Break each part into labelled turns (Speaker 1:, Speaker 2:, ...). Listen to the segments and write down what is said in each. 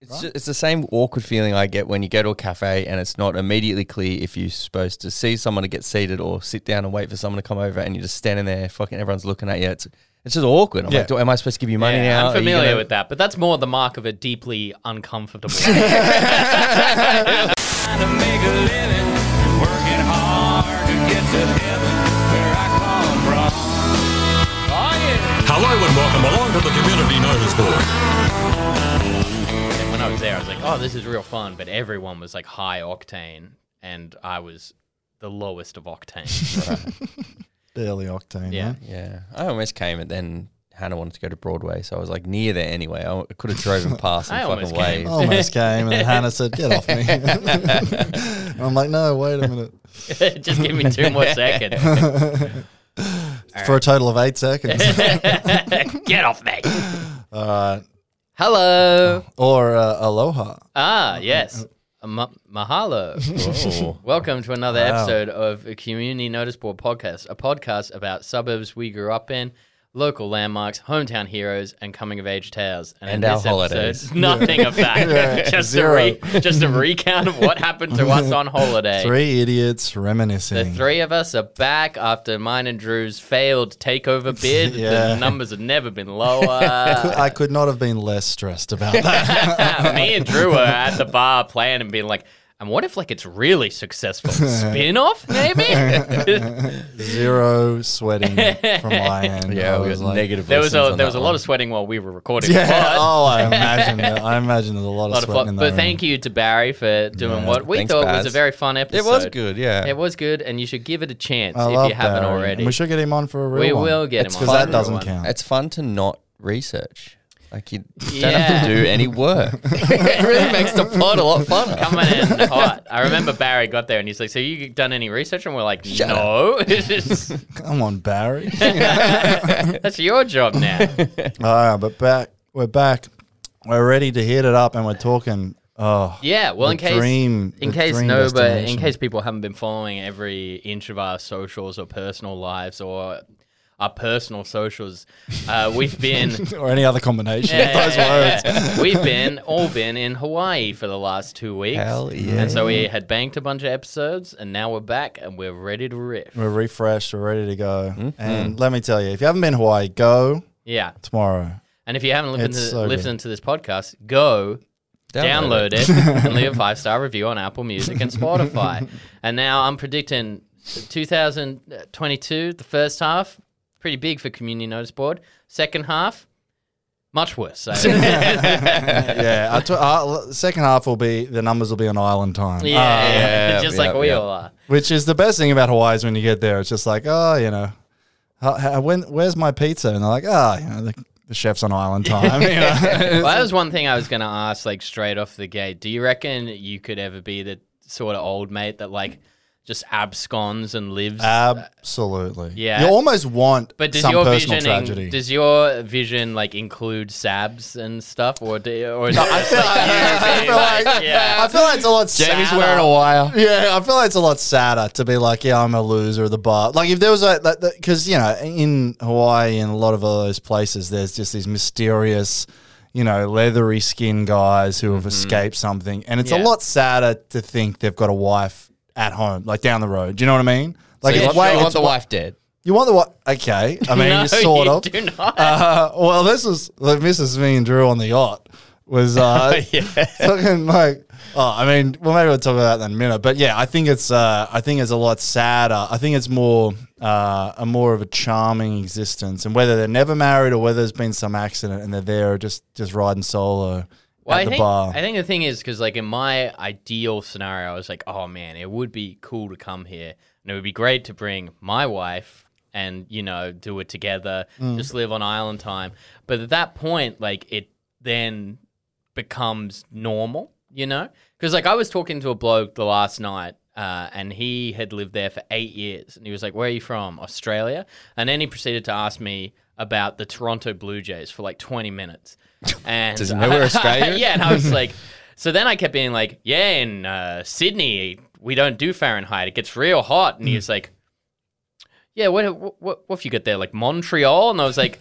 Speaker 1: It's, ju- it's the same awkward feeling I get when you go to a cafe and it's not immediately clear if you're supposed to see someone to get seated or sit down and wait for someone to come over, and you're just standing there, fucking everyone's looking at you. It's it's just awkward. I'm
Speaker 2: Yeah.
Speaker 1: like, Do, am I supposed to give you money
Speaker 3: Yeah,
Speaker 1: now?
Speaker 3: I'm
Speaker 1: Are you
Speaker 3: familiar
Speaker 1: gonna-
Speaker 3: with that, but that's more the mark of a deeply uncomfortable.
Speaker 4: to make a living, working hard to get to heaven where I come from. Oh yeah.
Speaker 5: Hello and welcome along to the Community Notice Board.
Speaker 3: And when I was there, I was like, oh, this is real fun. But everyone was like high octane, and I was the lowest of octane.
Speaker 2: Early octane.
Speaker 3: yeah.
Speaker 2: right?
Speaker 1: Yeah, I almost came, and then Hannah wanted to go to Broadway, so I was like near there anyway. I could have driven past
Speaker 3: I
Speaker 1: and
Speaker 3: almost
Speaker 1: fucking
Speaker 3: came. Oh,
Speaker 1: waved.
Speaker 2: Almost came, and then Hannah said, "Get off me." And I'm like, "No, wait a minute."
Speaker 1: Mm-hmm.
Speaker 3: Just give me two more seconds.
Speaker 2: For a total of eight seconds.
Speaker 3: Get off me.
Speaker 2: All
Speaker 1: Uh, oh.
Speaker 2: right.
Speaker 3: Hello.
Speaker 2: Or uh, aloha.
Speaker 3: Ah, yes. Ma- mahalo. Welcome to another episode of a Community Notice Board podcast, a podcast about suburbs we grew up in, local landmarks, hometown heroes, and coming of age tales.
Speaker 1: And
Speaker 3: in
Speaker 1: our
Speaker 3: this
Speaker 1: holidays.
Speaker 3: episode, nothing of that. just, a
Speaker 2: zero.
Speaker 3: re- just a recount of what happened to us on holiday.
Speaker 2: Three idiots
Speaker 3: The
Speaker 2: reminiscing.
Speaker 3: three of us are back after mine and Drew's failed takeover bid.
Speaker 2: Yeah.
Speaker 3: The numbers have never been
Speaker 2: Could-
Speaker 3: lower.
Speaker 2: I could not have been less stressed about that.
Speaker 3: Me and Drew were at the bar playing and being like, and what if like it's really successful? Spin off, maybe?
Speaker 2: Zero sweating from my end.
Speaker 1: Yeah,
Speaker 2: I
Speaker 1: we
Speaker 2: was
Speaker 1: got
Speaker 2: like,
Speaker 1: negative.
Speaker 3: there was
Speaker 1: listens
Speaker 3: a
Speaker 1: on
Speaker 3: there was
Speaker 1: that
Speaker 3: a lot
Speaker 1: one.
Speaker 3: of sweating while we were recording.
Speaker 2: Yeah.
Speaker 3: but-
Speaker 2: Oh, I imagine. That. I imagine there's a lot of
Speaker 3: lot of
Speaker 2: sweating
Speaker 3: fun.
Speaker 2: in
Speaker 3: But
Speaker 2: that
Speaker 3: thank you to Barry for doing
Speaker 2: Yeah.
Speaker 3: what we
Speaker 1: Thanks,
Speaker 3: thought was
Speaker 1: Baz.
Speaker 3: a very fun episode.
Speaker 1: It was good, yeah.
Speaker 3: It was good, and you should give it a chance
Speaker 2: I
Speaker 3: if
Speaker 2: love
Speaker 3: you haven't
Speaker 2: Barry.
Speaker 3: already.
Speaker 2: And we should get him on for a real
Speaker 3: We
Speaker 2: one.
Speaker 3: will get
Speaker 2: It's
Speaker 3: him on
Speaker 2: because
Speaker 3: for
Speaker 2: that
Speaker 3: a
Speaker 2: doesn't
Speaker 3: real one.
Speaker 2: count.
Speaker 1: It's fun to not research. Like you don't
Speaker 3: Yeah.
Speaker 1: have to do any work. it really makes the pod a lot funner.
Speaker 3: Coming in hot. I remember Barry got there and he's like, "So you done any research?" And we're like,
Speaker 1: Shut
Speaker 3: "No, It's just-
Speaker 2: Come on, Barry.
Speaker 3: that's your job now."
Speaker 2: All right, Oh, but back. We're back. We're ready to hit it up, and we're talking. Oh,
Speaker 3: Yeah, well,
Speaker 2: The
Speaker 3: in case
Speaker 2: dream-
Speaker 3: in
Speaker 2: the
Speaker 3: case
Speaker 2: dream
Speaker 3: no, but in
Speaker 2: destination.
Speaker 3: case people haven't been following every inch of our socials or personal lives or our personal socials, uh, we've been
Speaker 2: or any other combination of those
Speaker 3: Yeah,
Speaker 2: words.
Speaker 3: yeah. we've been all been in Hawaii for the last two weeks,
Speaker 1: Hell
Speaker 3: and so we had banked a bunch of episodes, and now we're back and we're ready to riff.
Speaker 2: We're refreshed. We're ready to go. And let me tell you, if you haven't been to Hawaii, go
Speaker 3: Yeah,
Speaker 2: tomorrow.
Speaker 3: and if you haven't listened,
Speaker 2: It's
Speaker 3: to,
Speaker 2: so good.
Speaker 3: listened to this podcast, go download it and leave a five star review on Apple Music and Spotify. and now I'm predicting 2022, the first half, pretty big for Community Notice Board. Second half, much worse. So,
Speaker 2: yeah, I tw- uh, second half will be the numbers will be on island time,
Speaker 3: yeah,
Speaker 2: Uh,
Speaker 1: Oh, yeah,
Speaker 3: just
Speaker 1: yeah,
Speaker 3: like we
Speaker 1: yeah. Uh,
Speaker 3: all are.
Speaker 2: which is the best thing about Hawaii is when you get there. It's just like, oh, you know, how, how, when where's my pizza? And they're like, ah, you know, the, the chef's on island time. you know?
Speaker 3: Well, that was one thing I was going to ask, like straight off the gate. Do you reckon you could ever be the sort of old mate that like just absconds and lives?
Speaker 2: Absolutely.
Speaker 3: Yeah.
Speaker 2: You almost want
Speaker 3: but does
Speaker 2: some
Speaker 3: your
Speaker 2: personal
Speaker 3: vision in-
Speaker 2: tragedy.
Speaker 3: does your vision like include sabs and stuff, or do, or is it just, like, you
Speaker 2: I
Speaker 3: being
Speaker 2: feel
Speaker 3: like,
Speaker 2: like,
Speaker 3: yeah,
Speaker 2: I feel like it's a lot
Speaker 1: Jamie's
Speaker 2: sadder.
Speaker 1: wearing a wire.
Speaker 2: Yeah, I feel like it's a lot sadder to be like, yeah, I'm a loser at the bar. Like if there was a, because you know, in Hawaii and a lot of those places, there's just these mysterious, you know, leathery skin guys who have
Speaker 1: Mm-hmm.
Speaker 2: escaped something, and it's
Speaker 3: Yeah.
Speaker 2: a lot sadder to think they've got a wife at home, like down the road. Do you know what I mean? Like
Speaker 1: You
Speaker 2: it's
Speaker 1: want,
Speaker 2: way,
Speaker 1: you want
Speaker 2: it's
Speaker 1: the
Speaker 2: wa-
Speaker 1: wife dead.
Speaker 2: you want the wife. Okay, I mean,
Speaker 3: no,
Speaker 2: you sort
Speaker 3: you
Speaker 2: of.
Speaker 3: do not.
Speaker 2: Uh, well, this was like, Mrs. Me and Drew on the yacht was uh, fucking like. Oh, I mean, well, maybe we'll talk about that in a minute. But yeah, I think it's uh, I think it's a lot sadder. I think it's more uh, a more of a charming existence, and whether they're never married or whether there's been some accident and they're there just just riding solo
Speaker 3: Well,
Speaker 2: at
Speaker 3: I
Speaker 2: the
Speaker 3: think,
Speaker 2: bar.
Speaker 3: I think the thing is because like in my ideal scenario, I was like, oh man, it would be cool to come here, and it would be great to bring my wife and you know do it together,
Speaker 2: Mm.
Speaker 3: just live on island time. But at that point, like it then becomes normal, you know? Because like I was talking to a bloke the last night. Uh, and he had lived there for eight years. And he was like, Where are you from? Australia. And then he proceeded to ask me about the Toronto Blue Jays for like 20 minutes. And
Speaker 1: Does he know we're Australian?
Speaker 3: yeah. And I was like, So then I kept being like, Yeah,
Speaker 1: Hmm.
Speaker 3: in uh, Sydney, we don't do Fahrenheit. It gets real hot. And he was like, yeah, what, what, what have you got there? Like Montreal? And I was like,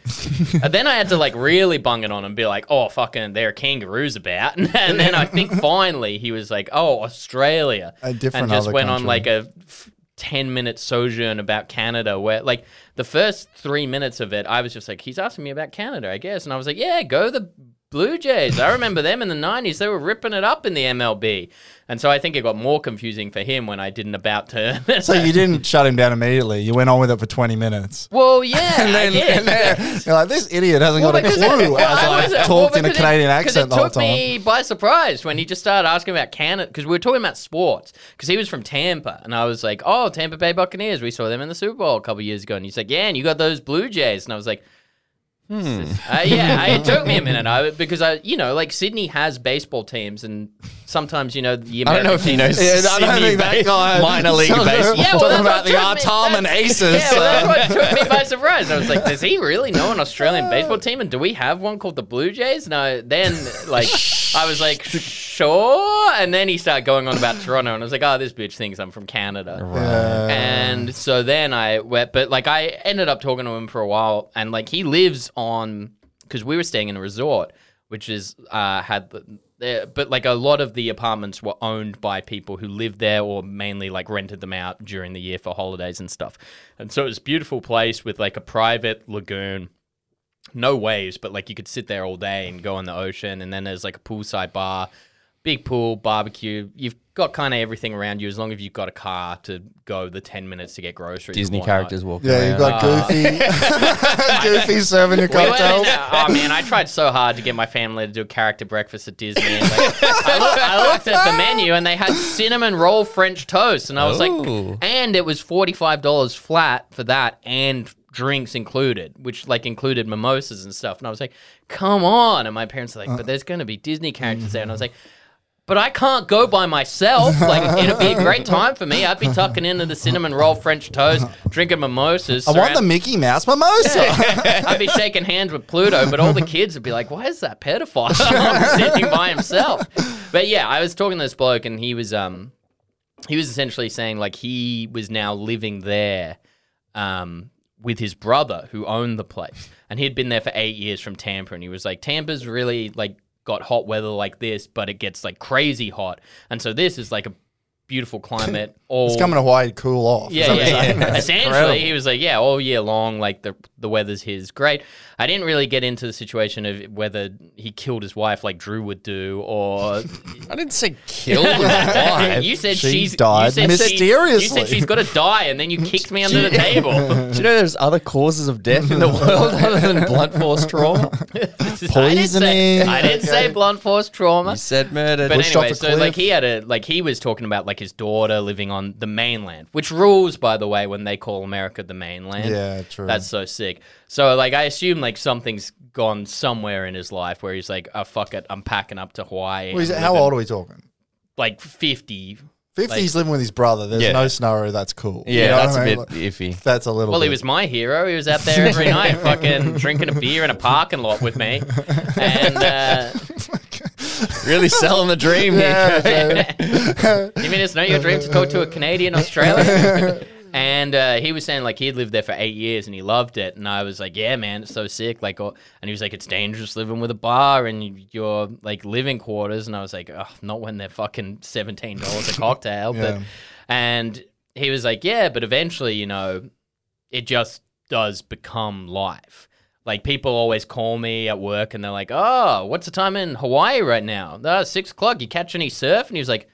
Speaker 3: and then I had to like really bung it on and be like, oh, fucking, there are kangaroos about. And then I think finally he was like, oh, Australia.
Speaker 2: A different
Speaker 3: And just
Speaker 2: other
Speaker 3: went on
Speaker 2: country.
Speaker 3: like a f- 10 minute sojourn about Canada where like the first three minutes of it, I was just like, he's asking me about Canada, I guess. And I was like, yeah, go the Blue Jays. I remember them in the 90s. They were ripping it up in the MLB. And so I think it got more confusing for him when I didn't about turn.
Speaker 2: So you didn't shut him down immediately. You went on with it for 20 minutes.
Speaker 3: Well, yeah,
Speaker 2: And then,
Speaker 3: I did.
Speaker 2: and then you're like, this idiot hasn't
Speaker 3: Well,
Speaker 2: got a
Speaker 3: because
Speaker 2: clue
Speaker 3: it- well,
Speaker 2: as
Speaker 3: I
Speaker 2: I
Speaker 3: wasn't-
Speaker 2: talked
Speaker 3: well,
Speaker 2: in a
Speaker 3: because it-
Speaker 2: Canadian
Speaker 3: 'cause
Speaker 2: accent the whole time.
Speaker 3: It took me by surprise when he just started asking about Canada because we were talking about sports because he was from Tampa and I was like, "Oh, Tampa Bay Buccaneers, we saw them in the Super Bowl a couple years ago." And he's like, "Yeah, and you got those Blue Jays," and I was like. "This is-
Speaker 2: Hmm.
Speaker 3: uh, yeah, I, it took me a minute I, because I, you know, like Sydney has baseball teams, and sometimes you know the American
Speaker 1: I don't know if he
Speaker 3: teams-
Speaker 1: knows
Speaker 2: Yeah, I don't
Speaker 1: Sydney
Speaker 2: think
Speaker 1: ba-
Speaker 2: that guy
Speaker 1: minor league
Speaker 2: Talking
Speaker 1: baseball.
Speaker 3: Yeah, well,
Speaker 2: talking
Speaker 3: that's
Speaker 2: about
Speaker 3: what
Speaker 2: the
Speaker 3: took me-
Speaker 2: Artarmon Aces.
Speaker 3: Yeah,
Speaker 1: uh,
Speaker 3: well, that's what took me by surprise. I was like, does he really know an Australian baseball team? And do we have one called the Blue Jays? And I, then, like, I was like, sure. And then he started going on about Toronto, and I was like, oh, this bitch thinks I'm from Canada.
Speaker 2: Uh,
Speaker 3: And so then I went, but like I ended up talking to him for a while, and like he lives on because we were staying in a resort, which is uh had the. there- But like a lot of the apartments were owned by people who lived there or mainly like rented them out during the year for holidays and stuff. And so it was a beautiful place with like a private lagoon no waves, but like you could sit there all day and go in the ocean. And then there's like a poolside bar, big pool, barbecue. You've got kind of everything around you as long as you've got a car to go the 10 minutes to get groceries. and
Speaker 1: Disney
Speaker 3: whatnot.
Speaker 1: characters walking
Speaker 2: yeah, you've
Speaker 1: around.
Speaker 2: got Goofy. Goofy serving your
Speaker 3: We went in
Speaker 2: cocktails.
Speaker 3: there- oh man, I tried so hard to get my family to do character breakfast at Disney. and, like, I, look, I looked at the menu and they had cinnamon roll French toast, and I was
Speaker 1: Ooh.
Speaker 3: like, and it was forty five dollars flat for that and drinks included, which like included mimosas and stuff. And I was like, come on! And my parents were like, but there's going to be Disney characters there, and I was like. But I can't go by myself. Like it'd be a great time for me. I'd be tucking into the cinnamon roll French toast, drinking mimosas.
Speaker 2: I want
Speaker 3: surround-
Speaker 2: the Mickey Mouse mimosa.
Speaker 3: I'd be shaking hands with Pluto, but all the kids would be like, "Why is that pedophile sitting by himself?" But yeah, I was talking to this bloke, and he was um, he was essentially saying like he was now living there, um, with his brother who owned the place, and he'd been there for eight years from Tampa, and he was like, "Tampa's really like got hot weather like this, but it gets like crazy hot, and so this is like a beautiful climate." All
Speaker 2: It's coming to Hawaii to cool off. Is
Speaker 3: yeah,
Speaker 2: that what you're
Speaker 3: yeah,
Speaker 2: saying?
Speaker 3: yeah. Essentially,
Speaker 2: Incredible.
Speaker 3: he was like, "Yeah, all year long, like the the weather's his great." I didn't really get into the situation of whether he killed his wife like Drew would do, or
Speaker 1: I didn't say kill. Why?
Speaker 3: you said
Speaker 2: She
Speaker 3: she's
Speaker 2: died
Speaker 3: you said she- you
Speaker 2: mysteriously.
Speaker 3: said she's got to die, and then you kicked me under the table.
Speaker 1: Do you know there's other causes of death in the world other than blunt force trauma?
Speaker 2: Poisoning.
Speaker 3: I didn't say, I didn't say blunt force trauma.
Speaker 1: You said murder.
Speaker 3: But
Speaker 1: Pushed off
Speaker 3: anyway,
Speaker 1: a
Speaker 3: so
Speaker 1: cliff.
Speaker 3: like he had a like he was talking about like his daughter living on the mainland, which rules by the way when they call America the mainland.
Speaker 2: Yeah, true.
Speaker 3: That's so sick. So like I assume like something's gone somewhere in his life where he's like, oh fuck it, I'm packing up to Hawaii.
Speaker 2: Well, he's-
Speaker 3: and
Speaker 2: How
Speaker 3: living,"
Speaker 2: old are we talking?
Speaker 3: Like fifty.
Speaker 2: 50, he's living with his brother. There's
Speaker 1: Yeah.
Speaker 2: no scenario that's cool. You
Speaker 1: yeah,
Speaker 2: know
Speaker 1: that's
Speaker 2: what I mean?
Speaker 1: a
Speaker 2: Like,
Speaker 1: bit iffy.
Speaker 2: that's a little
Speaker 3: Well,
Speaker 2: bit.
Speaker 3: he was my hero. He was out there every night, fucking drinking a beer in a parking lot with me, and uh,
Speaker 1: Really selling the dream
Speaker 2: Yeah,
Speaker 1: here.
Speaker 2: yeah.
Speaker 3: You mean it's not your dream to go to a Canadian Australian? and uh, he was saying like he'd lived there for eight years and he loved it. And I was like, yeah, man, it's so sick. Like, or, and he was like, it's dangerous living with a bar and your like living quarters. And I was like, oh, not when they're fucking seventeen dollars a cocktail.
Speaker 2: Yeah.
Speaker 3: But and he was like, yeah, but eventually, you know, it just does become life. Like people always call me at work and they're like, "Oh, what's the time in Hawaii right now? Uh, six o'clock. You catch any surf?" And he was like,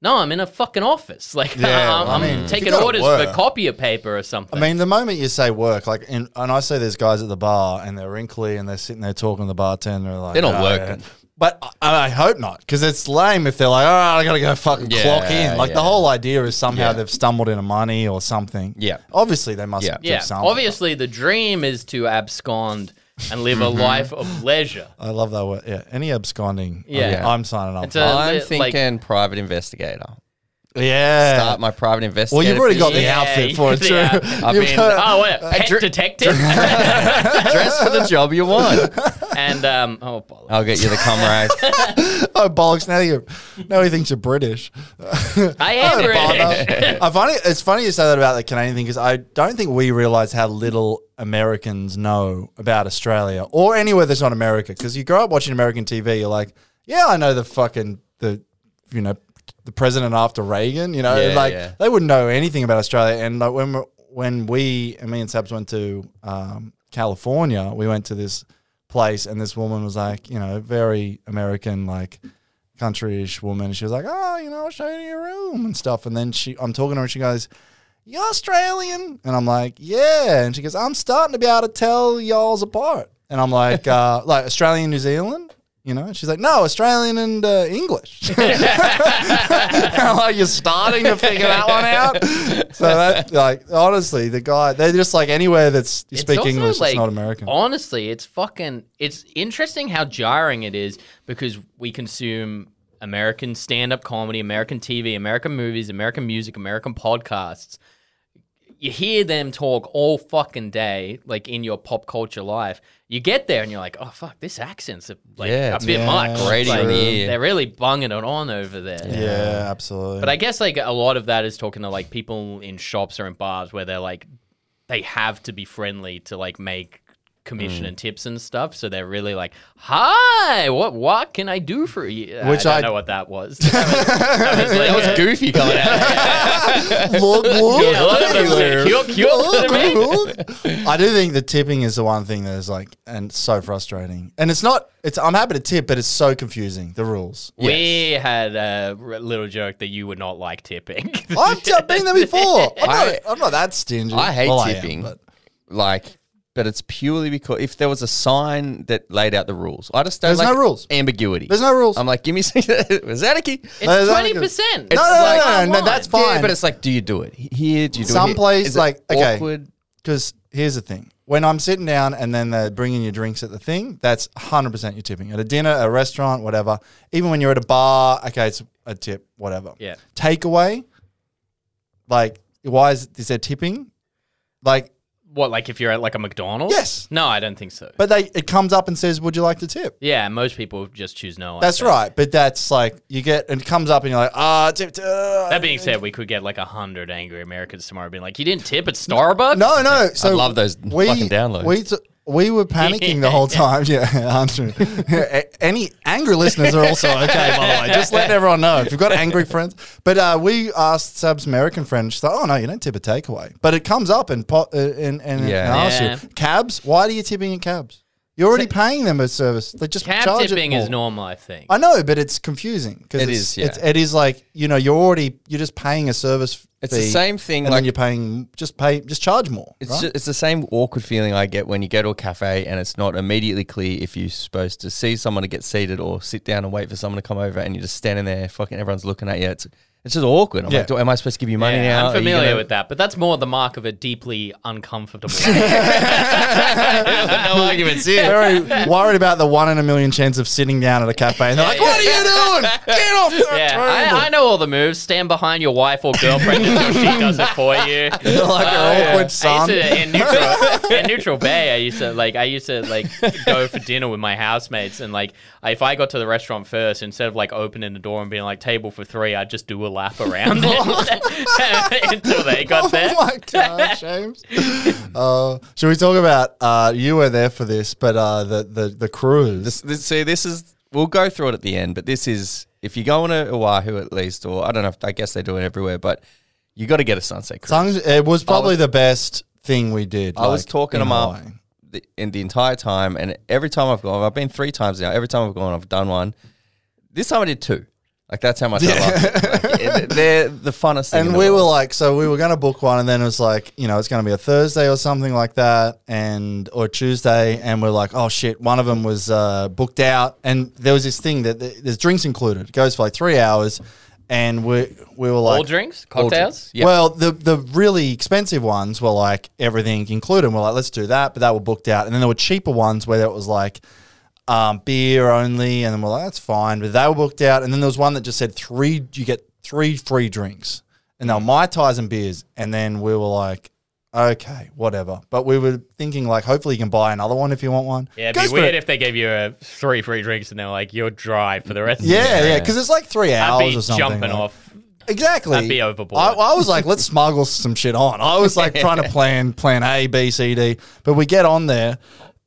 Speaker 3: "No, I'm in a fucking office. Like
Speaker 2: Yeah,
Speaker 3: I'm,
Speaker 2: I
Speaker 3: I'm
Speaker 2: mean, if you
Speaker 3: taking
Speaker 2: gotta
Speaker 3: orders
Speaker 2: work.
Speaker 3: for copier paper or something."
Speaker 2: I mean, the moment you say work, like, and, and I say there's guys at the bar and they're wrinkly and they're sitting there talking to the bartender. and Like,
Speaker 1: They're not
Speaker 2: "Oh, yeah."
Speaker 1: working.
Speaker 2: But I, I hope not, because it's lame if they're like, all right, I got to go fucking
Speaker 1: Yeah,
Speaker 2: clock in. Like, the
Speaker 1: yeah.
Speaker 2: whole idea is somehow
Speaker 1: Yeah.
Speaker 2: they've stumbled into money or something.
Speaker 1: Yeah.
Speaker 2: Obviously, they must
Speaker 1: Yeah.
Speaker 2: do
Speaker 3: yeah,
Speaker 2: something.
Speaker 3: obviously the dream is to abscond and live a
Speaker 2: Mm-hmm.
Speaker 3: life of leisure.
Speaker 2: I love that word. Yeah. Any absconding.
Speaker 3: Yeah.
Speaker 2: I'm, I'm signing up.
Speaker 3: It's a-
Speaker 1: I'm
Speaker 3: li- like-
Speaker 1: thinking private investigator.
Speaker 2: yeah.
Speaker 1: Start my private investigator.
Speaker 2: well, you've already got the
Speaker 1: business.
Speaker 3: Yeah,
Speaker 2: outfit for it,
Speaker 3: the
Speaker 2: too.
Speaker 3: outfit.
Speaker 1: I've
Speaker 2: You've
Speaker 1: been-
Speaker 2: got-
Speaker 3: Oh, what, a pet
Speaker 1: dr-
Speaker 3: detective?
Speaker 1: dress for the job you want.
Speaker 3: and um, oh, bollocks.
Speaker 1: I'll get you the cum rag.
Speaker 2: Oh bollocks! Now you, now he thinks you're British.
Speaker 3: I am
Speaker 2: Oh,
Speaker 3: British.
Speaker 2: bother. I find it, it's funny you say that about the Canadian thing because I don't think we realize how little Americans know about Australia or anywhere that's not America. Because you grow up watching American TV, you're like, yeah, I know the fucking the, you know, the president after Reagan. You know,
Speaker 1: Yeah,
Speaker 2: like
Speaker 1: yeah.
Speaker 2: they wouldn't know anything about Australia. And like when we- when we and me and Sabs went to um, California, we went to this place and this woman was like, you know, very American like country-ish woman. She was like, oh, you know, I'll show you your room and stuff. And then she, I'm talking to her and she goes, you Australian? And I'm like, yeah. And she goes, I'm starting to be able to tell y'all's apart. And I'm like, uh, like Australian, New Zealand? You know? And she's like, no, Australian and uh, English. I'm like, you're starting to figure that one out. So that, like, honestly, the guy, they're just like anywhere that's you
Speaker 3: It's
Speaker 2: speak
Speaker 3: also,
Speaker 2: English,
Speaker 3: like,
Speaker 2: it's not American.
Speaker 3: Honestly, it's fucking. It's interesting how jarring it is because we consume American stand-up comedy, American TV, American movies, American music, American podcasts. You hear them talk all fucking day, like in your pop culture life. You get there and you're like, oh fuck, this accent's a, like
Speaker 1: Yeah,
Speaker 3: a
Speaker 1: it's
Speaker 3: bit much.
Speaker 1: grating
Speaker 3: Like,
Speaker 1: on the ear.
Speaker 3: They're really bunging it on over there.
Speaker 2: yeah, absolutely.
Speaker 3: But I guess like a lot of that is talking to like people in shops or in bars where they're like they have to be friendly to like make
Speaker 2: Mm.
Speaker 3: commission and tips and stuff. So they're really like, "Hi, what what can I do for you?"
Speaker 2: Which
Speaker 3: I don't
Speaker 2: I-
Speaker 3: know what that was. That was, that was like,
Speaker 1: That was goofy coming out.
Speaker 2: Look, look,
Speaker 3: Yeah, look at
Speaker 2: look.
Speaker 3: him. Cute, cute, look at
Speaker 2: I do think the tipping is the one thing that is like, and so frustrating. And it's not, it's, I'm happy to tip, but it's so confusing, the rules.
Speaker 3: We had a r- little joke that you would not like tipping.
Speaker 2: I've, t- I've been there before. I'm,
Speaker 1: I-
Speaker 2: not, I'm not that stingy.
Speaker 1: I hate
Speaker 2: Well, am,
Speaker 1: tipping.
Speaker 2: but-
Speaker 1: like, but it's purely because if there was a sign that laid out the rules, I just don't
Speaker 2: There's
Speaker 1: like
Speaker 2: no rules.
Speaker 1: ambiguity.
Speaker 2: There's no rules.
Speaker 1: I'm like, give me some Zaniki.
Speaker 2: That's
Speaker 3: it's
Speaker 2: not
Speaker 3: twenty
Speaker 2: good.
Speaker 3: percent.
Speaker 2: No, no, no, no, no, that's fine.
Speaker 1: Yeah, but it's like, do you do it here? Do you do it
Speaker 2: Some
Speaker 1: here?
Speaker 2: place,
Speaker 1: Is it
Speaker 2: like, okay.
Speaker 1: awkward?
Speaker 2: Because here's the thing: when I'm sitting down and then they're bringing you drinks at the thing, that's 100 percent your tipping at a dinner, a restaurant, whatever. Even when you're at a bar, okay, it's a tip, whatever.
Speaker 3: Yeah.
Speaker 2: Takeaway, like, why is is there tipping? Like,
Speaker 3: What like if you're at like a McDonald's?
Speaker 2: Yes.
Speaker 3: No, I don't think so.
Speaker 2: but they it comes up and says, "Would you like to tip?"
Speaker 3: yeah, most people just choose no. I
Speaker 2: That's
Speaker 3: think.
Speaker 2: right, but that's like you get and it comes up and you're like, ah, tip. Uh,
Speaker 3: That being said, we could get like a hundred angry Americans tomorrow being like, "You didn't tip at Starbucks."
Speaker 2: No, no. So
Speaker 1: love those fucking downloads.
Speaker 2: We, t- we were panicking the whole time. Yeah, Andrew. A- Any angry listeners are also okay, by the way. Just letting everyone know if you've got angry friends. But uh, we asked Sab's American friend. She's like, "Oh no, you don't tip a takeaway." But it comes up and po- uh, and and
Speaker 1: Yeah.
Speaker 2: yeah. asks
Speaker 3: Yeah.
Speaker 2: you cabs. Why are you tipping in cabs? You're already paying them a service. They just
Speaker 3: Cab
Speaker 2: charge it
Speaker 3: tipping is
Speaker 2: more.
Speaker 3: normal, I think.
Speaker 2: I know, but it's confusing because
Speaker 1: It
Speaker 2: it's,
Speaker 1: is, yeah.
Speaker 2: it's- it is like you know you're already you're just paying a service.
Speaker 1: It's the
Speaker 2: fee,
Speaker 1: same thing,
Speaker 2: and
Speaker 1: like-
Speaker 2: then you're paying just pay just charge more.
Speaker 1: It's
Speaker 2: right?
Speaker 1: ju- it's the same awkward feeling I get when you go to a cafe and it's not immediately clear if you're supposed to see someone to get seated or sit down and wait for someone to come over, and you're just standing there, fucking everyone's looking at you. It's it's just awkward. I'm
Speaker 2: Yeah.
Speaker 1: like, Do, am I supposed to give you money
Speaker 3: Yeah,
Speaker 1: now?
Speaker 3: I'm
Speaker 1: Are you
Speaker 3: familiar
Speaker 1: gonna-
Speaker 3: with that, but that's more the mark of a deeply uncomfortable. no arguments here.
Speaker 2: very worried about the one in a million chance of sitting down at a cafe and they're like, "What are you doing? Get off the
Speaker 3: Yeah,
Speaker 2: table!"
Speaker 3: I, I know all the moves. Stand behind your wife or girlfriend until she does it for you. Oh,
Speaker 2: like an awkward son.
Speaker 3: I used to, in neutral, in neutral bay, I used to like, I used to like go for dinner with my housemates, and like, if I got to the restaurant first, instead of like opening the door and being like table for three, I'd just do a lap around it until they got there.
Speaker 2: Oh my god, James! uh, should we talk about? Uh, you were there for this, but uh, the the the cruise.
Speaker 1: This, this, see, this is we'll go through it at the end, but this is if you go on a Oahu at least, or I don't know, if, I guess they do it everywhere, but you got to get a sunset cruise.
Speaker 2: Songs- it was probably the best thing we did.
Speaker 1: I was
Speaker 2: like,
Speaker 1: talking
Speaker 2: in
Speaker 1: them up
Speaker 2: Hawaii.
Speaker 1: the, in the entire time, and every time I've gone, I've been three times now. Every time I've gone, I've done one. This time I did two. Like that's how much I love it. Like, it- they're the funnest thing. in
Speaker 2: And
Speaker 1: the
Speaker 2: we were
Speaker 1: world.
Speaker 2: like, so we were going to book one, and then it was like, you know, it's going to be a Thursday or something like that, and or Tuesday, and we're like, oh shit, one of them was uh, booked out, and there was this thing that th- there's drinks included, it goes for like three hours, and we we were like,
Speaker 3: All drinks,
Speaker 1: All drinks.
Speaker 3: cocktails.
Speaker 1: Yeah.
Speaker 2: well, the the really expensive ones were like everything included. And we're like, let's do that, but they were booked out. And then there were cheaper ones where it was like um, beer only, and then we're like, that's fine, but they were booked out. And then there was one that just said three, you get three free drinks, and they were mai tais and beers. And then we were like, Okay, whatever. But we were thinking like, hopefully you can buy another one if you want one.
Speaker 3: Yeah,
Speaker 2: Goes
Speaker 3: it'd be
Speaker 2: for
Speaker 3: weird
Speaker 2: it.
Speaker 3: if they gave you uh, three free drinks and they were like, you're dry for the rest of the
Speaker 2: yeah,
Speaker 3: day.
Speaker 2: yeah, because it's like three
Speaker 3: I'd
Speaker 2: hours
Speaker 3: be
Speaker 2: or something.
Speaker 3: jumping
Speaker 2: like-
Speaker 3: off.
Speaker 2: Exactly.
Speaker 3: That'd be overboard.
Speaker 2: I, I was like, let's smuggle some shit on. I was like trying to plan plan A, B, C, D. But we get on there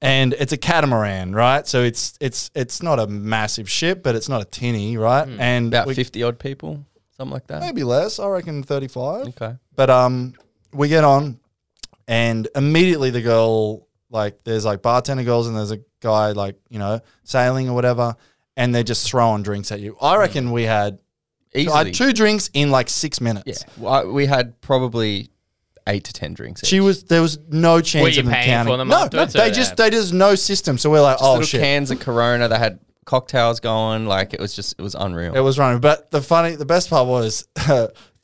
Speaker 2: and it's a catamaran, right? So it's it's it's not a massive ship, but it's not a tinny, right?
Speaker 3: Hmm.
Speaker 2: And
Speaker 1: About
Speaker 2: we-
Speaker 1: fifty odd people, something like that.
Speaker 2: maybe less, I reckon thirty five.
Speaker 1: Okay.
Speaker 2: But um we get on and immediately the girl like there's like bartender girls and there's a guy like, you know, sailing or whatever, and they're just throwing drinks at you. I reckon we had I
Speaker 1: Hmm. Easily.
Speaker 2: had two drinks in like six minutes.
Speaker 1: yeah. Well, I- we had probably eight to ten drinks.
Speaker 2: She
Speaker 1: each.
Speaker 2: was there was no chance
Speaker 3: Were you
Speaker 2: of them
Speaker 3: paying
Speaker 2: counting.
Speaker 3: for them
Speaker 2: no, no,
Speaker 3: afterwards,
Speaker 2: they
Speaker 3: or-
Speaker 2: just they just no system. So we're like, oh
Speaker 1: little
Speaker 2: shit,
Speaker 1: cans of Corona. They had cocktails going. Like it was just it was unreal.
Speaker 2: it was running. But the funny, the best part was.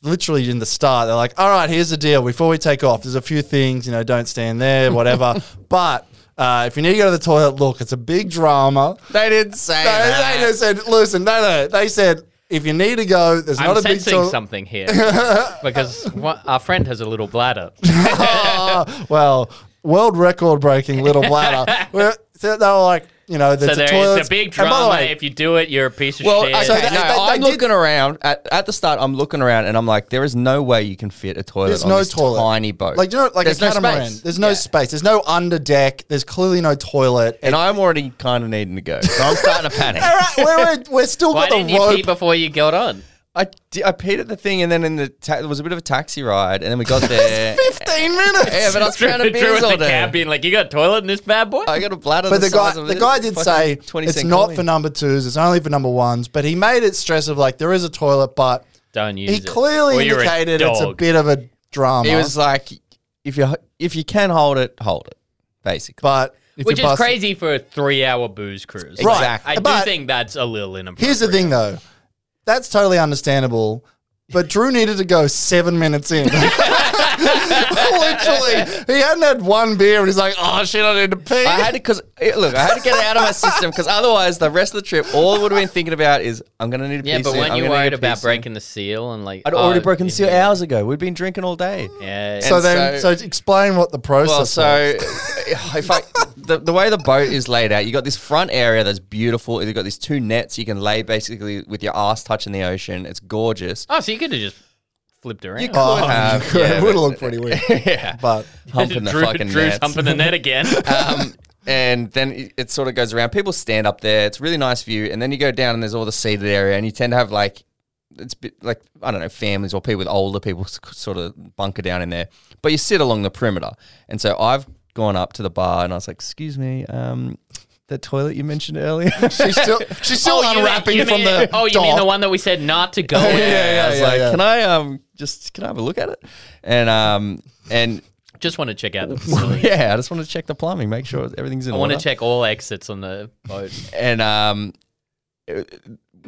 Speaker 2: Literally in the start, they're like, "All right, here's the deal. Before we take off, there's a few things, you know, don't stand there, whatever. but uh, if you need to go to the toilet, look, it's a big drama.
Speaker 1: they didn't say
Speaker 2: They, they just said, "Listen, no, no." They said, "If you need to go, there's
Speaker 3: I'm
Speaker 2: not a big
Speaker 3: sensing
Speaker 2: toilet."
Speaker 3: something here because what, our friend has a little bladder.
Speaker 2: Ah, well, world record breaking little bladder. We're- so they were like, you know,
Speaker 3: so
Speaker 2: there's a
Speaker 3: there
Speaker 2: toilet.
Speaker 3: is a big drama. if you do it, you're a piece of
Speaker 1: Well,
Speaker 3: shit.
Speaker 1: okay,
Speaker 2: So
Speaker 1: no,
Speaker 2: they- they-
Speaker 1: I'm
Speaker 2: they did-
Speaker 1: looking around at, at the start. I'm looking around and I'm like, there is no way you can fit a toilet
Speaker 2: There's
Speaker 1: on
Speaker 2: no
Speaker 1: this
Speaker 2: toilet.
Speaker 1: tiny boat.
Speaker 2: Like you know, like
Speaker 1: there's
Speaker 2: a catamaran.
Speaker 1: No space.
Speaker 2: There's no space. There's no under deck. There's clearly no toilet.
Speaker 1: and I'm already kind of needing to go, so I'm starting to panic.
Speaker 2: All right, we're, we're, we're still
Speaker 3: Why
Speaker 2: got
Speaker 3: didn't
Speaker 2: the
Speaker 3: you
Speaker 2: rope.
Speaker 3: pee before you got on?
Speaker 1: I, di- I peed at the thing, and then in the ta- there was a bit of a taxi ride, and then we got there.
Speaker 2: Fifteen minutes.
Speaker 1: yeah, but I was
Speaker 3: Drew,
Speaker 1: trying to
Speaker 3: Drew
Speaker 1: beers
Speaker 3: in
Speaker 1: all
Speaker 3: the
Speaker 1: day.
Speaker 3: cab being like, you got a toilet in this bad boy?
Speaker 1: I got a bladder.
Speaker 2: But the guy,
Speaker 1: size of
Speaker 2: the
Speaker 1: this
Speaker 2: guy did
Speaker 1: fucking
Speaker 2: say
Speaker 1: 20
Speaker 2: it's
Speaker 1: cent
Speaker 2: not
Speaker 1: coin.
Speaker 2: for number twos. It's only for number ones. But he made it stress of like there is a toilet, but
Speaker 3: Don't use
Speaker 2: he
Speaker 3: it.
Speaker 2: clearly
Speaker 3: Or you're a
Speaker 2: indicated it's a
Speaker 3: dog.
Speaker 2: bit of a drama.
Speaker 1: He was like, if you if you can hold it, hold it. Basically,
Speaker 2: but if
Speaker 3: Which
Speaker 2: you
Speaker 3: is
Speaker 2: bust-
Speaker 3: crazy for a three-hour booze cruise.
Speaker 1: Right.
Speaker 3: I do
Speaker 2: But-
Speaker 3: think that's a little inappropriate.
Speaker 2: Here's the thing, though. That's totally understandable. But Drew needed to go seven minutes in. Literally, he hadn't had one beer, and he's like, "Oh shit, I need to pee."
Speaker 1: I had to because look, I had to get it out of my system because otherwise the rest of the trip, all I would have been thinking about is I'm gonna need a
Speaker 3: Yeah,
Speaker 1: pee
Speaker 3: but
Speaker 1: soon,
Speaker 3: weren't
Speaker 1: I'm
Speaker 3: you
Speaker 1: gonna need
Speaker 3: worried
Speaker 1: a pee
Speaker 3: about
Speaker 1: soon.
Speaker 3: breaking the seal and like?
Speaker 1: I'd already
Speaker 3: oh,
Speaker 1: broken the
Speaker 3: you
Speaker 1: seal
Speaker 3: did.
Speaker 1: hours ago. We'd been drinking all day.
Speaker 3: Yeah.
Speaker 2: so then, so,
Speaker 1: so-
Speaker 2: explain what the process.
Speaker 1: Well,
Speaker 2: was.
Speaker 1: so eh, if I, the, the way the boat is laid out, you got this front area that's beautiful. You've got these two nets you can lay basically with your ass touching the ocean. It's gorgeous.
Speaker 3: oh, so you could have just flipped around.
Speaker 1: You
Speaker 2: Oh,
Speaker 1: could have,
Speaker 2: you could.
Speaker 1: yeah,
Speaker 2: it would
Speaker 1: but-
Speaker 2: look pretty weird.
Speaker 1: Yeah.
Speaker 2: But
Speaker 1: Humping the
Speaker 3: Drew-
Speaker 1: fucking
Speaker 3: Drew's
Speaker 1: nets.
Speaker 3: humping the net again.
Speaker 1: um, and then it, it sort of goes around. People stand up there. It's a really nice view. And then you go down and there's all the seated area, and you tend to have like it's a bit like I don't know families or people with older people s- sort of bunker down in there. But you sit along the perimeter, and so I've gone up to the bar and I was like, "Excuse me, um, the toilet you mentioned earlier."
Speaker 2: she's still she's still
Speaker 3: Oh,
Speaker 1: Oh,
Speaker 3: you mean-
Speaker 2: unwrapping
Speaker 3: you
Speaker 2: from
Speaker 3: mean-
Speaker 2: the.
Speaker 3: Oh, you mean
Speaker 2: dock.
Speaker 3: the one that we said not to go in?
Speaker 1: I was
Speaker 2: yeah,
Speaker 1: like,
Speaker 2: yeah.
Speaker 1: "Can I um just can I have a look at it?" And um and
Speaker 3: Just want to check out the facility.
Speaker 1: yeah, I just want to check the plumbing, make sure everything's in
Speaker 3: I want
Speaker 1: order.
Speaker 3: to check all exits on the boat.
Speaker 1: and um,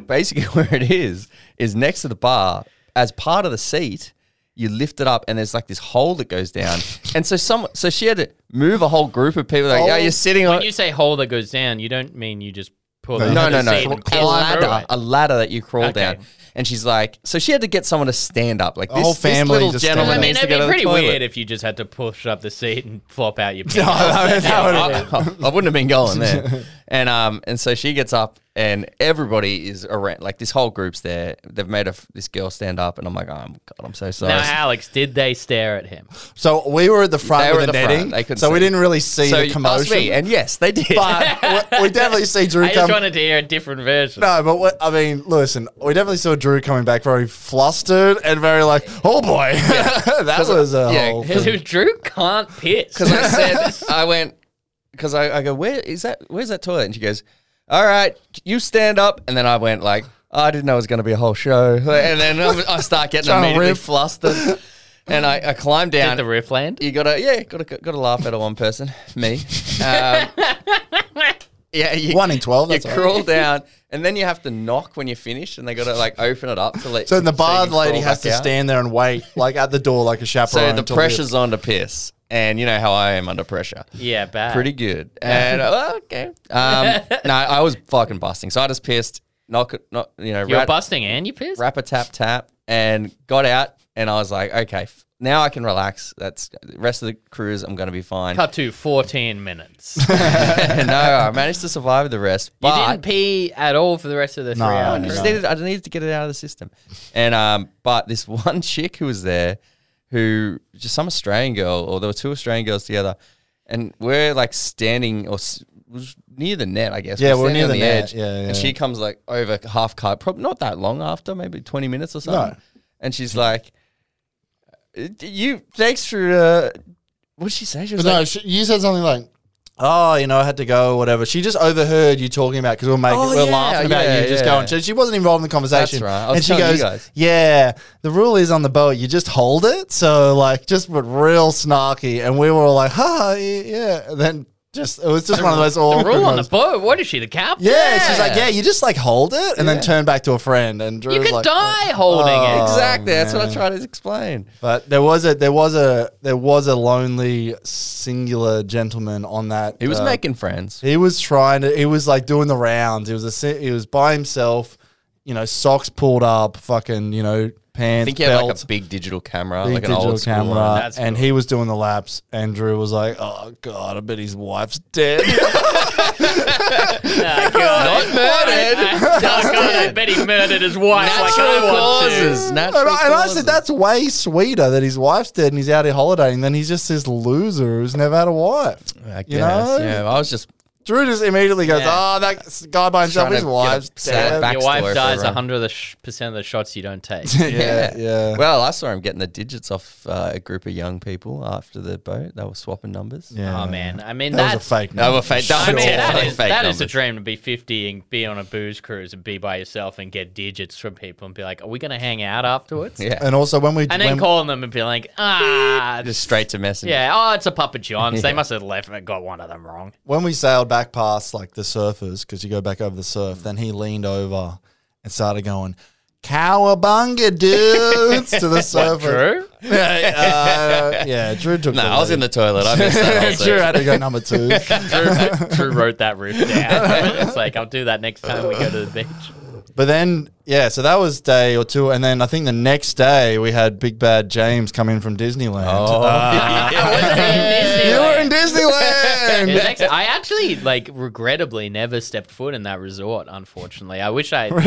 Speaker 1: basically where it is is next to the bar. As part of the seat, you lift it up, and there's like this hole that goes down. and so some, so she had to move a whole group of people. Like,
Speaker 2: Oh.
Speaker 1: oh, you're sitting
Speaker 3: When
Speaker 1: on.
Speaker 3: you say hole that goes down, you don't mean you just pull
Speaker 2: No,
Speaker 3: out
Speaker 1: no, no,
Speaker 3: the
Speaker 1: no.
Speaker 3: seat
Speaker 1: A
Speaker 3: and crawl through
Speaker 1: ladder,
Speaker 3: it.
Speaker 1: a ladder that you crawl
Speaker 3: Okay.
Speaker 1: down. And she's like, so she had to get someone to stand up. Like this,
Speaker 2: whole
Speaker 1: this
Speaker 2: family
Speaker 1: little
Speaker 2: to stand
Speaker 1: gentleman
Speaker 2: up.
Speaker 3: I mean,
Speaker 1: needs to
Speaker 3: it'd
Speaker 1: go to
Speaker 3: be
Speaker 1: the
Speaker 3: pretty
Speaker 1: toilet.
Speaker 3: weird if you just had to push up the seat and flop out your pants.
Speaker 2: I mean, that would-
Speaker 1: I, I wouldn't have been going there. And um, and so she gets up, and everybody is around. Like this whole group's there. They've made a f this girl stand up, and I'm like, oh God, I'm so sorry.
Speaker 3: Now, Alex, did they stare at him?
Speaker 2: so we were at the front
Speaker 1: They
Speaker 2: with
Speaker 1: were
Speaker 2: the
Speaker 1: at the front.
Speaker 2: netting,
Speaker 1: They couldn't
Speaker 2: so we
Speaker 1: see.
Speaker 2: didn't really see
Speaker 1: so
Speaker 2: the
Speaker 1: you asked
Speaker 2: commotion.
Speaker 1: me, and yes, they did.
Speaker 2: but we, we definitely see Drew
Speaker 3: I just
Speaker 2: come.
Speaker 3: wanted to hear a different version.
Speaker 2: No, but what, I mean, listen, we definitely saw Drew coming back very flustered and very like, oh boy, that was a
Speaker 1: yeah,
Speaker 2: whole.
Speaker 1: his-
Speaker 3: Dude, Drew can't piss.
Speaker 1: because I said I went because I, I go where is that where's that toilet and she goes all right you stand up and then I went like "Oh, I didn't know it was going to be a whole show and then I I start getting
Speaker 2: Trying to
Speaker 1: immediately
Speaker 2: riff.
Speaker 1: flustered and I, I climb down
Speaker 3: Did the riff land?
Speaker 1: you gotta yeah gotta gotta laugh at a one person me um, yeah you,
Speaker 2: One in 12,
Speaker 1: you
Speaker 2: that's all right.
Speaker 1: crawl down and then you have to knock when you finish and they gotta like open it up to let
Speaker 2: So then the
Speaker 1: you
Speaker 2: bar
Speaker 1: can
Speaker 2: lady
Speaker 1: crawl
Speaker 2: has
Speaker 1: back
Speaker 2: to
Speaker 1: out.
Speaker 2: stand there and wait, like at the door, like a chaperone.
Speaker 1: so the
Speaker 2: until
Speaker 1: pressure's on to piss and you know how I am under pressure
Speaker 3: Yeah, bad.
Speaker 1: pretty good. And uh, okay, um, no, I was fucking busting, so I just pissed, knock, knock, you know,
Speaker 3: You're
Speaker 1: rat,
Speaker 3: busting and you piss?
Speaker 1: rap a tap tap, and got out. and I was like, okay, f- now I can relax. That's the rest of the cruise. I'm gonna be fine.
Speaker 3: Cut to 14 minutes.
Speaker 1: no, I managed to survive the rest.
Speaker 3: you
Speaker 1: But
Speaker 3: didn't pee at all for the rest of the three
Speaker 2: No,
Speaker 3: hours.
Speaker 1: I
Speaker 2: no.
Speaker 1: just needed I needed to get it out of the system. And um, but this one chick who was there, who just some Australian girl, or there were two Australian girls together, and we're like standing or s- was near the net, I guess.
Speaker 2: Yeah, we're
Speaker 1: standing
Speaker 2: near
Speaker 1: on
Speaker 2: the net. Yeah, yeah.
Speaker 1: And she comes like over half cut, probably not that long after, maybe twenty minutes or something. And she's like, "Uh, "You thanks for." Uh, what did she say? She was
Speaker 2: But no,
Speaker 1: like,
Speaker 2: she, you said something like, "Oh, you know, I had to go, whatever." She just overheard you talking about because we were making,
Speaker 1: Oh,
Speaker 2: we we're
Speaker 1: yeah,
Speaker 2: laughing about
Speaker 1: yeah,
Speaker 2: you just
Speaker 1: yeah.
Speaker 2: going. So she wasn't involved in the conversation.
Speaker 1: That's right. I was
Speaker 2: and she
Speaker 1: telling you
Speaker 2: goes,
Speaker 1: guys.
Speaker 2: "Yeah, the rule is on the boat, you just hold it." So like, just but real snarky, and we were all like, "Ha, y- yeah." And then just it was just one of those all
Speaker 3: The rule on the boat. What is she, the captain?
Speaker 2: Yeah, she's like, "Yeah, you just like hold it and then turn back to a friend." And Drew
Speaker 3: You
Speaker 2: was
Speaker 3: can
Speaker 2: like,
Speaker 3: die holding it.
Speaker 2: Oh,
Speaker 1: "Exactly." That's what I
Speaker 2: man.
Speaker 1: tried to explain.
Speaker 2: But there was a there was a there was a lonely singular gentleman on that.
Speaker 1: He was
Speaker 2: uh,
Speaker 1: making friends.
Speaker 2: He was trying to. He was like doing the rounds. He was a. si- He was by himself. You know, socks pulled up, fucking. You know, pants.
Speaker 1: I think he had
Speaker 2: belt,
Speaker 1: like a big digital camera,
Speaker 2: big
Speaker 1: like an
Speaker 2: digital
Speaker 1: old school one.
Speaker 2: camera,
Speaker 3: That's
Speaker 2: and he was doing the laps. And Drew was like, "Oh God, I bet his wife's dead."
Speaker 1: Not murdered.
Speaker 3: oh, God, I bet he murdered his wife like I
Speaker 1: Natural
Speaker 3: want to.
Speaker 1: causes. Natural
Speaker 2: and, I, and I
Speaker 1: causes.
Speaker 2: said, "That's way sweeter that his wife's dead and he's out here holidaying than he's just this loser who's never had a wife."
Speaker 1: I guess.
Speaker 2: you know?
Speaker 1: Yeah, I was just
Speaker 2: Drew just immediately goes,
Speaker 3: Yeah.
Speaker 2: "Oh, that guy by himself,
Speaker 1: Trying to
Speaker 2: his
Speaker 1: get a
Speaker 2: wife's
Speaker 1: sad
Speaker 2: dead."
Speaker 1: back-
Speaker 3: Your wife
Speaker 1: Backstory for
Speaker 3: dies
Speaker 1: everyone.
Speaker 3: 100% of the, sh- percent of the shots you don't take.
Speaker 2: yeah, yeah,
Speaker 1: Well, I saw him getting the digits off uh, a group of young people after the boat. They were swapping numbers.
Speaker 2: yeah.
Speaker 3: Oh, man. I mean,
Speaker 2: That
Speaker 3: that's.
Speaker 2: was a fake.
Speaker 1: They
Speaker 2: number.
Speaker 1: were fake. That
Speaker 3: I
Speaker 1: was
Speaker 3: mean, that
Speaker 1: definitely
Speaker 3: is,
Speaker 1: fake
Speaker 3: that is a
Speaker 1: numbers.
Speaker 3: dream to be 50 and be on a booze cruise and be by yourself and get digits from people and be like, are we going to hang out afterwards?
Speaker 1: Yeah,
Speaker 2: And also when we
Speaker 3: And then
Speaker 2: when-
Speaker 3: calling them and be like, ah,
Speaker 1: just straight to messenger.
Speaker 3: yeah, oh, it's a Papa John's. They must have left and got one of them wrong.
Speaker 2: when we sailed back past like the surfers, because you go back over the surf, then he leaned over and started going, "Cowabunga, dudes!" to the surfer.
Speaker 3: True.
Speaker 2: Uh, yeah, Drew took.
Speaker 1: No, I was in the toilet. I missed that. whole
Speaker 2: Drew
Speaker 1: section.
Speaker 2: had to go number two.
Speaker 3: Drew, Drew wrote that roof down. it's like I'll do that next time we go to the beach.
Speaker 2: But then, yeah, so that was day or two, and then I think the next day we had Big Bad James come in from Disneyland.
Speaker 1: Oh.
Speaker 3: I wasn't in
Speaker 2: you were in
Speaker 3: Disneyland. Yeah,
Speaker 2: Disneyland.
Speaker 3: next- I actually like regrettably never stepped foot in that resort. Unfortunately, I wish I did.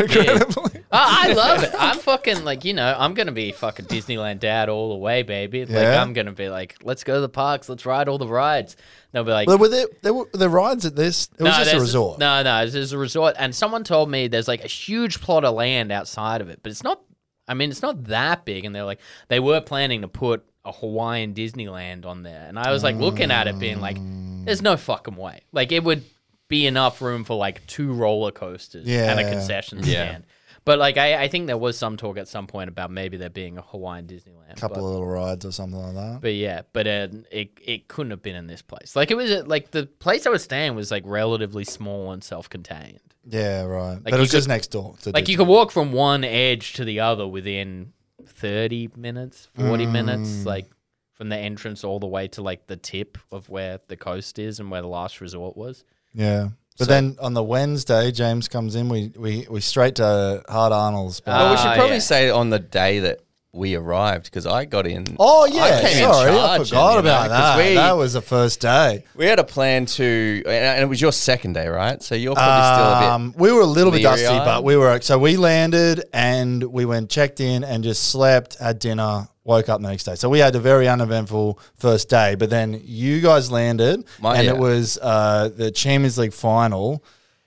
Speaker 3: Oh,
Speaker 2: Regrettably.
Speaker 3: I love it. I'm fucking like you know I'm gonna be fucking Disneyland dad all the way, baby. Like
Speaker 2: Yeah?
Speaker 3: I'm gonna be like, let's go to the parks, let's ride all the rides. They'll be like,
Speaker 2: But were there, there were there rides at this? It was just a
Speaker 3: there's-
Speaker 2: resort.
Speaker 3: No, no, it's just a resort. And someone told me there's like a huge plot of land outside of it, but it's not. I mean, it's not that big. And they're like, they were planning to put a Hawaiian Disneyland on there, and I was like looking at it, being like, there's no fucking way. Like it would be enough room for like two roller coasters and a
Speaker 2: Yeah.
Speaker 3: concession
Speaker 1: Yeah.
Speaker 3: stand. But like, I, I think there was some talk at some point about maybe there being a Hawaiian Disneyland.
Speaker 2: couple
Speaker 3: but-
Speaker 2: of little rides or something like that.
Speaker 3: but yeah, but uh, it it couldn't have been in this place. Like it was uh, like the place I was staying was like relatively small and self-contained.
Speaker 2: Yeah, right. but
Speaker 3: you
Speaker 2: it was just
Speaker 3: could-
Speaker 2: next door. to
Speaker 3: Like you
Speaker 2: Disney.
Speaker 3: could walk from one edge to the other within 30 minutes, 40 minutes, like from the entrance all the way to like the tip of where the coast is and where the last resort was.
Speaker 2: Yeah. But
Speaker 3: So-
Speaker 2: then on the Wednesday, James comes in. We we, we straight to Hard Arnold's.
Speaker 1: Well, we
Speaker 3: Ah,
Speaker 1: should probably
Speaker 3: yeah.
Speaker 1: say on the day that we arrived because I got in.
Speaker 2: oh
Speaker 1: I
Speaker 2: yeah,
Speaker 1: came in
Speaker 2: sorry, I
Speaker 1: charging,
Speaker 2: forgot
Speaker 1: you know,
Speaker 2: about
Speaker 1: 'cause
Speaker 2: that.
Speaker 1: we-
Speaker 2: that was the first day.
Speaker 1: We had a plan to, and and it was your second day, right? So you're probably still a bit.
Speaker 2: Um, we were a little bit dusty,
Speaker 1: leery-eyed.
Speaker 2: but we were so we landed and we went checked in and just slept, had dinner, woke up the next day. So we had a very uneventful first day. But then you guys landed,
Speaker 1: My-
Speaker 2: and
Speaker 1: yeah.
Speaker 2: it was uh, the Champions League final.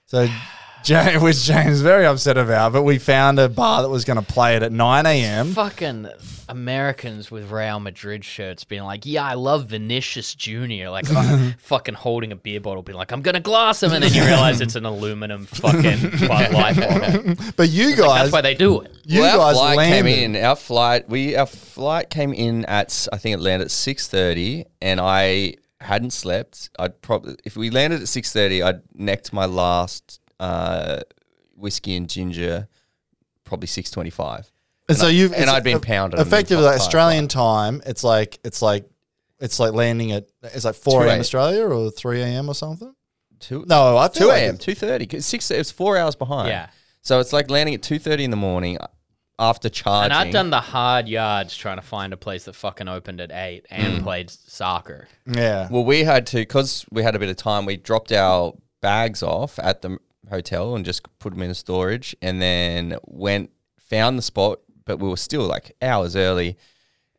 Speaker 2: So. James, which James was very upset about, but we found a bar that was going to play it at 9 a.m.
Speaker 3: Fucking Americans with Real Madrid shirts being like, "Yeah, I love Vinicius Junior." Like uh, fucking holding a beer bottle, being like, "I'm gonna glass him," and then you realize it's an aluminum fucking Bud Light bottle.
Speaker 2: But you guys,
Speaker 3: That's why they do it.
Speaker 2: you
Speaker 1: well, our
Speaker 2: guys
Speaker 1: flight
Speaker 2: landed.
Speaker 1: came in. Our flight, we our flight came in at s- I think it landed at six thirty, and I hadn't slept. I'd probably if we landed at six thirty, I'd necked my last uh, whiskey and ginger, probably six twenty five.
Speaker 2: And so you've
Speaker 1: and
Speaker 2: it's
Speaker 1: I'd been
Speaker 2: eff-
Speaker 1: pounded on the
Speaker 2: Effectively,
Speaker 1: entire
Speaker 2: like Australian time, it's like it's like it's like landing at it's like four
Speaker 1: 2
Speaker 2: a.m.
Speaker 1: a.m.
Speaker 2: Australia or three a.m. or something.
Speaker 1: Two
Speaker 2: No,
Speaker 1: uh,
Speaker 2: I feel
Speaker 1: two
Speaker 2: like
Speaker 1: a.m.
Speaker 2: it-
Speaker 1: two thirty. Six. It's four hours behind.
Speaker 3: Yeah.
Speaker 1: So it's like landing at two thirty in the morning. uh, after charging.
Speaker 3: And I'd done the hard yards trying to find a place that fucking opened at eight and
Speaker 2: Mm.
Speaker 3: played soccer.
Speaker 2: Yeah.
Speaker 1: Well, we had to because we had a bit of time. We dropped our bags off at the hotel and just put them in storage, and then went found the spot. But we were still like hours early,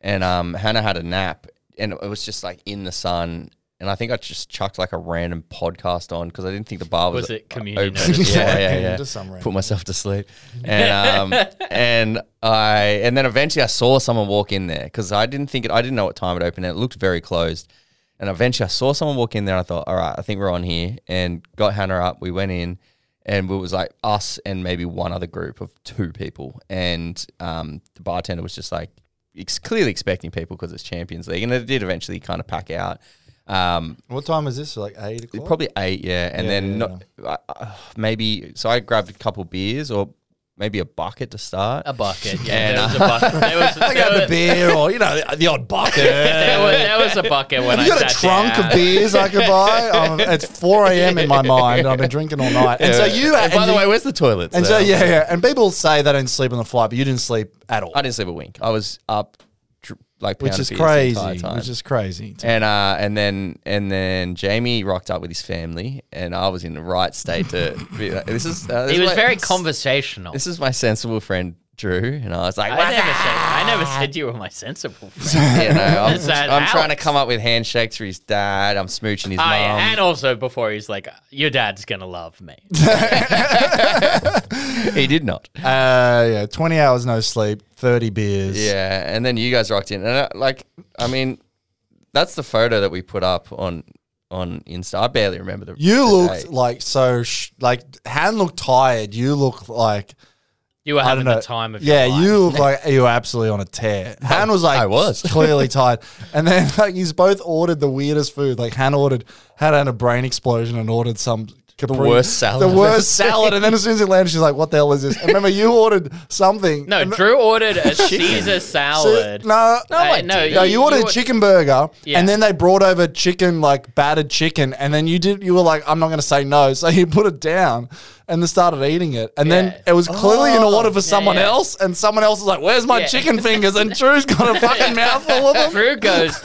Speaker 1: and um, Hannah had a nap, and it was just like in the sun. And I think I just chucked like a random podcast on because I didn't think the bar was,
Speaker 3: Was it community
Speaker 1: open.
Speaker 3: notice?
Speaker 1: yeah, yeah, yeah.
Speaker 2: Just some
Speaker 1: Put myself to sleep, and um, and I and then eventually I saw someone walk in there because I didn't think it. I didn't know what time it opened. And it looked very closed, and eventually I saw someone walk in there. and I thought, all right, I think we're on here, and got Hannah up. We went in, and it was like us and maybe one other group of two people, and um, the bartender was just like ex- clearly expecting people because it's Champions League, and it did eventually kind of pack out. Um,
Speaker 2: What time was this? Like eight o'clock.
Speaker 1: Probably eight, yeah, and
Speaker 2: Yeah,
Speaker 1: then
Speaker 2: yeah,
Speaker 1: not Uh, uh, maybe. So I grabbed a couple beers or maybe a bucket to start.
Speaker 3: A bucket. Yeah,
Speaker 1: And,
Speaker 3: there was a bucket. There was,
Speaker 2: uh, I got the
Speaker 3: there, was,
Speaker 2: beer or you know the, the odd bucket.
Speaker 3: there, was, there was a bucket when I
Speaker 2: You got a
Speaker 3: sat
Speaker 2: trunk
Speaker 3: down.
Speaker 2: of beers I could buy. Um, it's 4 a.m. in my mind, and I've been drinking all night. And so you,
Speaker 1: And
Speaker 2: and
Speaker 1: by the
Speaker 2: you-
Speaker 1: way, where's the toilets?
Speaker 2: and so
Speaker 1: there?
Speaker 2: yeah, yeah. And people say they don't sleep on the flight, but you didn't sleep at all,
Speaker 1: I didn't sleep a wink. I was up, dr- like
Speaker 2: which
Speaker 1: pounding
Speaker 2: is
Speaker 1: beers the entire
Speaker 2: crazy.
Speaker 1: time.
Speaker 2: Which is crazy.
Speaker 1: and uh, and then and then Jamie rocked up with his family, and I was in the right state to be. Like, this is uh, this
Speaker 3: He
Speaker 1: is
Speaker 3: was
Speaker 1: my-
Speaker 3: very conversational.
Speaker 1: This is my sensible friend Drew, and I was like,
Speaker 3: I
Speaker 1: "What's
Speaker 3: never,
Speaker 1: up?"
Speaker 3: said, I never said you were my sensible friend.
Speaker 1: You know, I'm,
Speaker 3: Is that
Speaker 1: I'm trying to
Speaker 3: Alex?
Speaker 1: come up with handshakes for his dad. I'm smooching his
Speaker 3: Oh,
Speaker 1: mum.
Speaker 3: yeah, and also before he's like, your dad's gonna love me.
Speaker 1: he did not.
Speaker 2: Uh, yeah, 20 hours no sleep, 30 beers.
Speaker 1: Yeah, and then you guys rocked in, and uh, like, I mean, that's the photo that we put up on on Insta. I barely remember the.
Speaker 2: You
Speaker 1: the
Speaker 2: looked
Speaker 1: date.
Speaker 2: like so, sh- like, Han looked tired. You look like,
Speaker 3: You were
Speaker 2: I don't
Speaker 3: having
Speaker 2: know.
Speaker 3: the time of
Speaker 2: yeah,
Speaker 3: your life.
Speaker 2: you look like you were absolutely on a tear. Han was like,
Speaker 1: I was.
Speaker 2: clearly tired. And then, like, he's both ordered the weirdest food. Like, Han ordered, had had a brain explosion and ordered some. Capri,
Speaker 1: worst salad
Speaker 2: The
Speaker 1: I've ever
Speaker 2: worst salad. And then as soon as it landed, she's like, what the hell is this? And remember, you ordered something.
Speaker 3: No,
Speaker 2: And-
Speaker 3: Drew ordered a Caesar salad.
Speaker 2: No, no,
Speaker 3: I no, didn't.
Speaker 2: No, you,
Speaker 3: you-
Speaker 2: ordered
Speaker 3: you
Speaker 2: a
Speaker 3: or-
Speaker 2: chicken burger,
Speaker 3: Yeah.
Speaker 2: and then they brought over chicken, like battered chicken, and then you did. You were like, "I'm not going to say no," so you put it down and then started eating it, and then
Speaker 3: Yeah. Oh.
Speaker 2: it was clearly an order for someone
Speaker 3: yeah.
Speaker 2: else, and someone else was like, "Where's my
Speaker 3: Yeah.
Speaker 2: chicken fingers?" And Drew's got a fucking mouthful of them.
Speaker 3: Drew goes.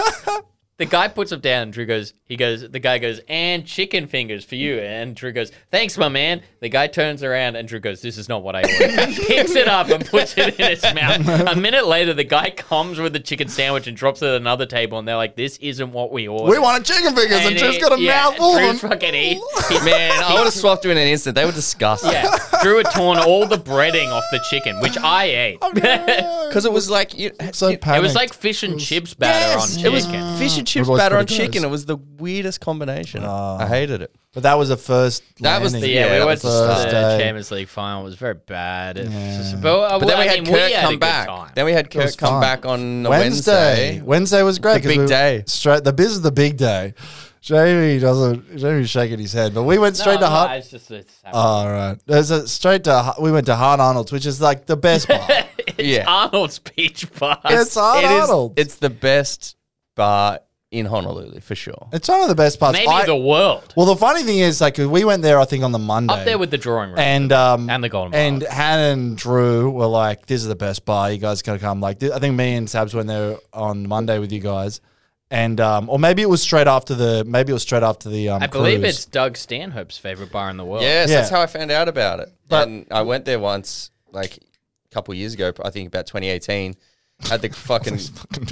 Speaker 3: The guy puts him down. Drew goes. He goes. The guy goes. And chicken fingers for you. And Drew goes. Thanks, my man. The guy turns around and Drew goes. This is not what I ordered. Picks it up and puts it in his mouth. A minute later, the guy comes with the chicken sandwich and drops it at another table. And they're like, "This isn't what we ordered."
Speaker 2: We wanted chicken fingers, and,
Speaker 3: And
Speaker 2: Drew's
Speaker 3: he-
Speaker 2: got a
Speaker 3: yeah,
Speaker 2: mouthful
Speaker 3: Drew
Speaker 2: of them.
Speaker 3: fucking eats.
Speaker 1: man, I would have swapped you in an instant. They were disgusting.
Speaker 3: Yeah, Drew had torn all the breading off the chicken, which I ate.
Speaker 1: because it was like you.
Speaker 2: so
Speaker 1: you-
Speaker 3: It
Speaker 2: panicked.
Speaker 3: was like fish and chips batter
Speaker 1: Yes,
Speaker 3: on
Speaker 1: it was
Speaker 3: chicken.
Speaker 1: fish and chips
Speaker 2: It was
Speaker 1: batter on
Speaker 2: pretty Ah. gross.
Speaker 1: chicken. It was the weirdest combination. I hated it.
Speaker 2: but that was the first.
Speaker 1: That was
Speaker 2: landing.
Speaker 1: the-
Speaker 3: Yeah,
Speaker 1: Yeah,
Speaker 3: we
Speaker 1: that
Speaker 3: went to
Speaker 1: was
Speaker 2: the
Speaker 3: the
Speaker 2: first day.
Speaker 3: Champions League final. It was very bad. It was just- but, uh,
Speaker 1: But then
Speaker 3: well,
Speaker 1: we
Speaker 3: I
Speaker 1: had
Speaker 3: mean,
Speaker 1: Kirk
Speaker 3: had a
Speaker 1: come
Speaker 3: good
Speaker 1: back.
Speaker 3: time.
Speaker 1: Then we had Kirk
Speaker 2: was
Speaker 1: come
Speaker 2: fun.
Speaker 1: back on a
Speaker 2: Wednesday.
Speaker 1: Wednesday.
Speaker 2: Wednesday was great.
Speaker 1: The
Speaker 2: 'cause
Speaker 1: big
Speaker 2: we-
Speaker 1: day.
Speaker 2: Straight. The biz is the big day. Jamie doesn't. Jamie's shaking his head, but we went
Speaker 3: No,
Speaker 2: straight to Uh,
Speaker 3: no,
Speaker 2: Hart.
Speaker 3: it's just- it's-
Speaker 2: All right. There's a straight to Ha- we went to Hard Arnold's, which is like the best part.
Speaker 1: Yeah,
Speaker 3: Arnold's beach bar.
Speaker 2: it's Hard
Speaker 1: It is-
Speaker 2: Arnold's. It's,
Speaker 1: It's the best bar in Honolulu for sure.
Speaker 2: one of the best parts.
Speaker 3: Maybe
Speaker 2: I-
Speaker 3: the world.
Speaker 2: well, the funny thing is, like we went there, I think on the Monday.
Speaker 3: Up there with the drawing room.
Speaker 2: and um
Speaker 3: And the Golden
Speaker 2: and
Speaker 3: Miles.
Speaker 2: Hannah and Drew were like, "This is the best bar. You guys gotta come." Like, th- I think me and Sabs went there on Monday with you guys, and um, or maybe it was straight after the maybe it was straight after the um.
Speaker 3: I believe
Speaker 2: cruise.
Speaker 3: it's Doug Stanhope's favorite bar in the world.
Speaker 1: Yes, that's
Speaker 2: Yeah.
Speaker 1: how I found out about it.
Speaker 2: But-
Speaker 1: and I went there once, like a couple years ago, I think about 2018. Had the fucking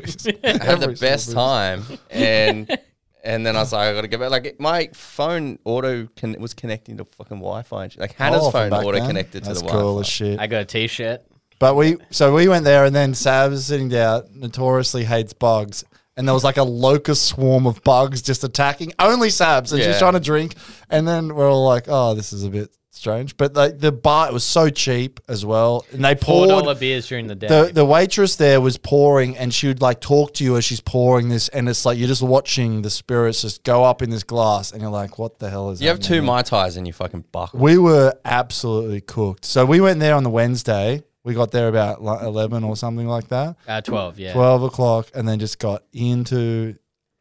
Speaker 1: had the
Speaker 2: Every
Speaker 1: best
Speaker 2: single
Speaker 1: time, and and then I was like, I got to go back. Like it- my phone auto con- was connecting to fucking Wi-Fi. and shit. Like Hannah's
Speaker 2: Oh, from
Speaker 1: phone
Speaker 2: back
Speaker 1: auto
Speaker 2: then?
Speaker 1: connected to
Speaker 2: That's
Speaker 1: the
Speaker 2: cool
Speaker 1: Wi-Fi.
Speaker 2: as shit.
Speaker 3: I got a t-shirt.
Speaker 2: But we so we went there, and then Sav was sitting down, notoriously hates bugs. And there was like a locust swarm of bugs just attacking only Sabs, and she's
Speaker 1: Yeah.
Speaker 2: trying to drink. And then we're all like, "Oh, this is a bit strange." But like the bar, it was so cheap as well, and they
Speaker 3: Four
Speaker 2: poured.
Speaker 3: dollar beers during the day.
Speaker 2: the the waitress there was pouring, and she would like talk to you as she's pouring this, and it's like you're just watching the spirits just go up in this glass, and you're like, "What the hell is?"
Speaker 1: You have
Speaker 2: happening
Speaker 1: two mai tais in your fucking buckle.
Speaker 2: we were absolutely cooked. So we went there on the Wednesday. We got there about like eleven or something like that,
Speaker 3: uh, Twelve, yeah.
Speaker 2: twelve o'clock, and then just got into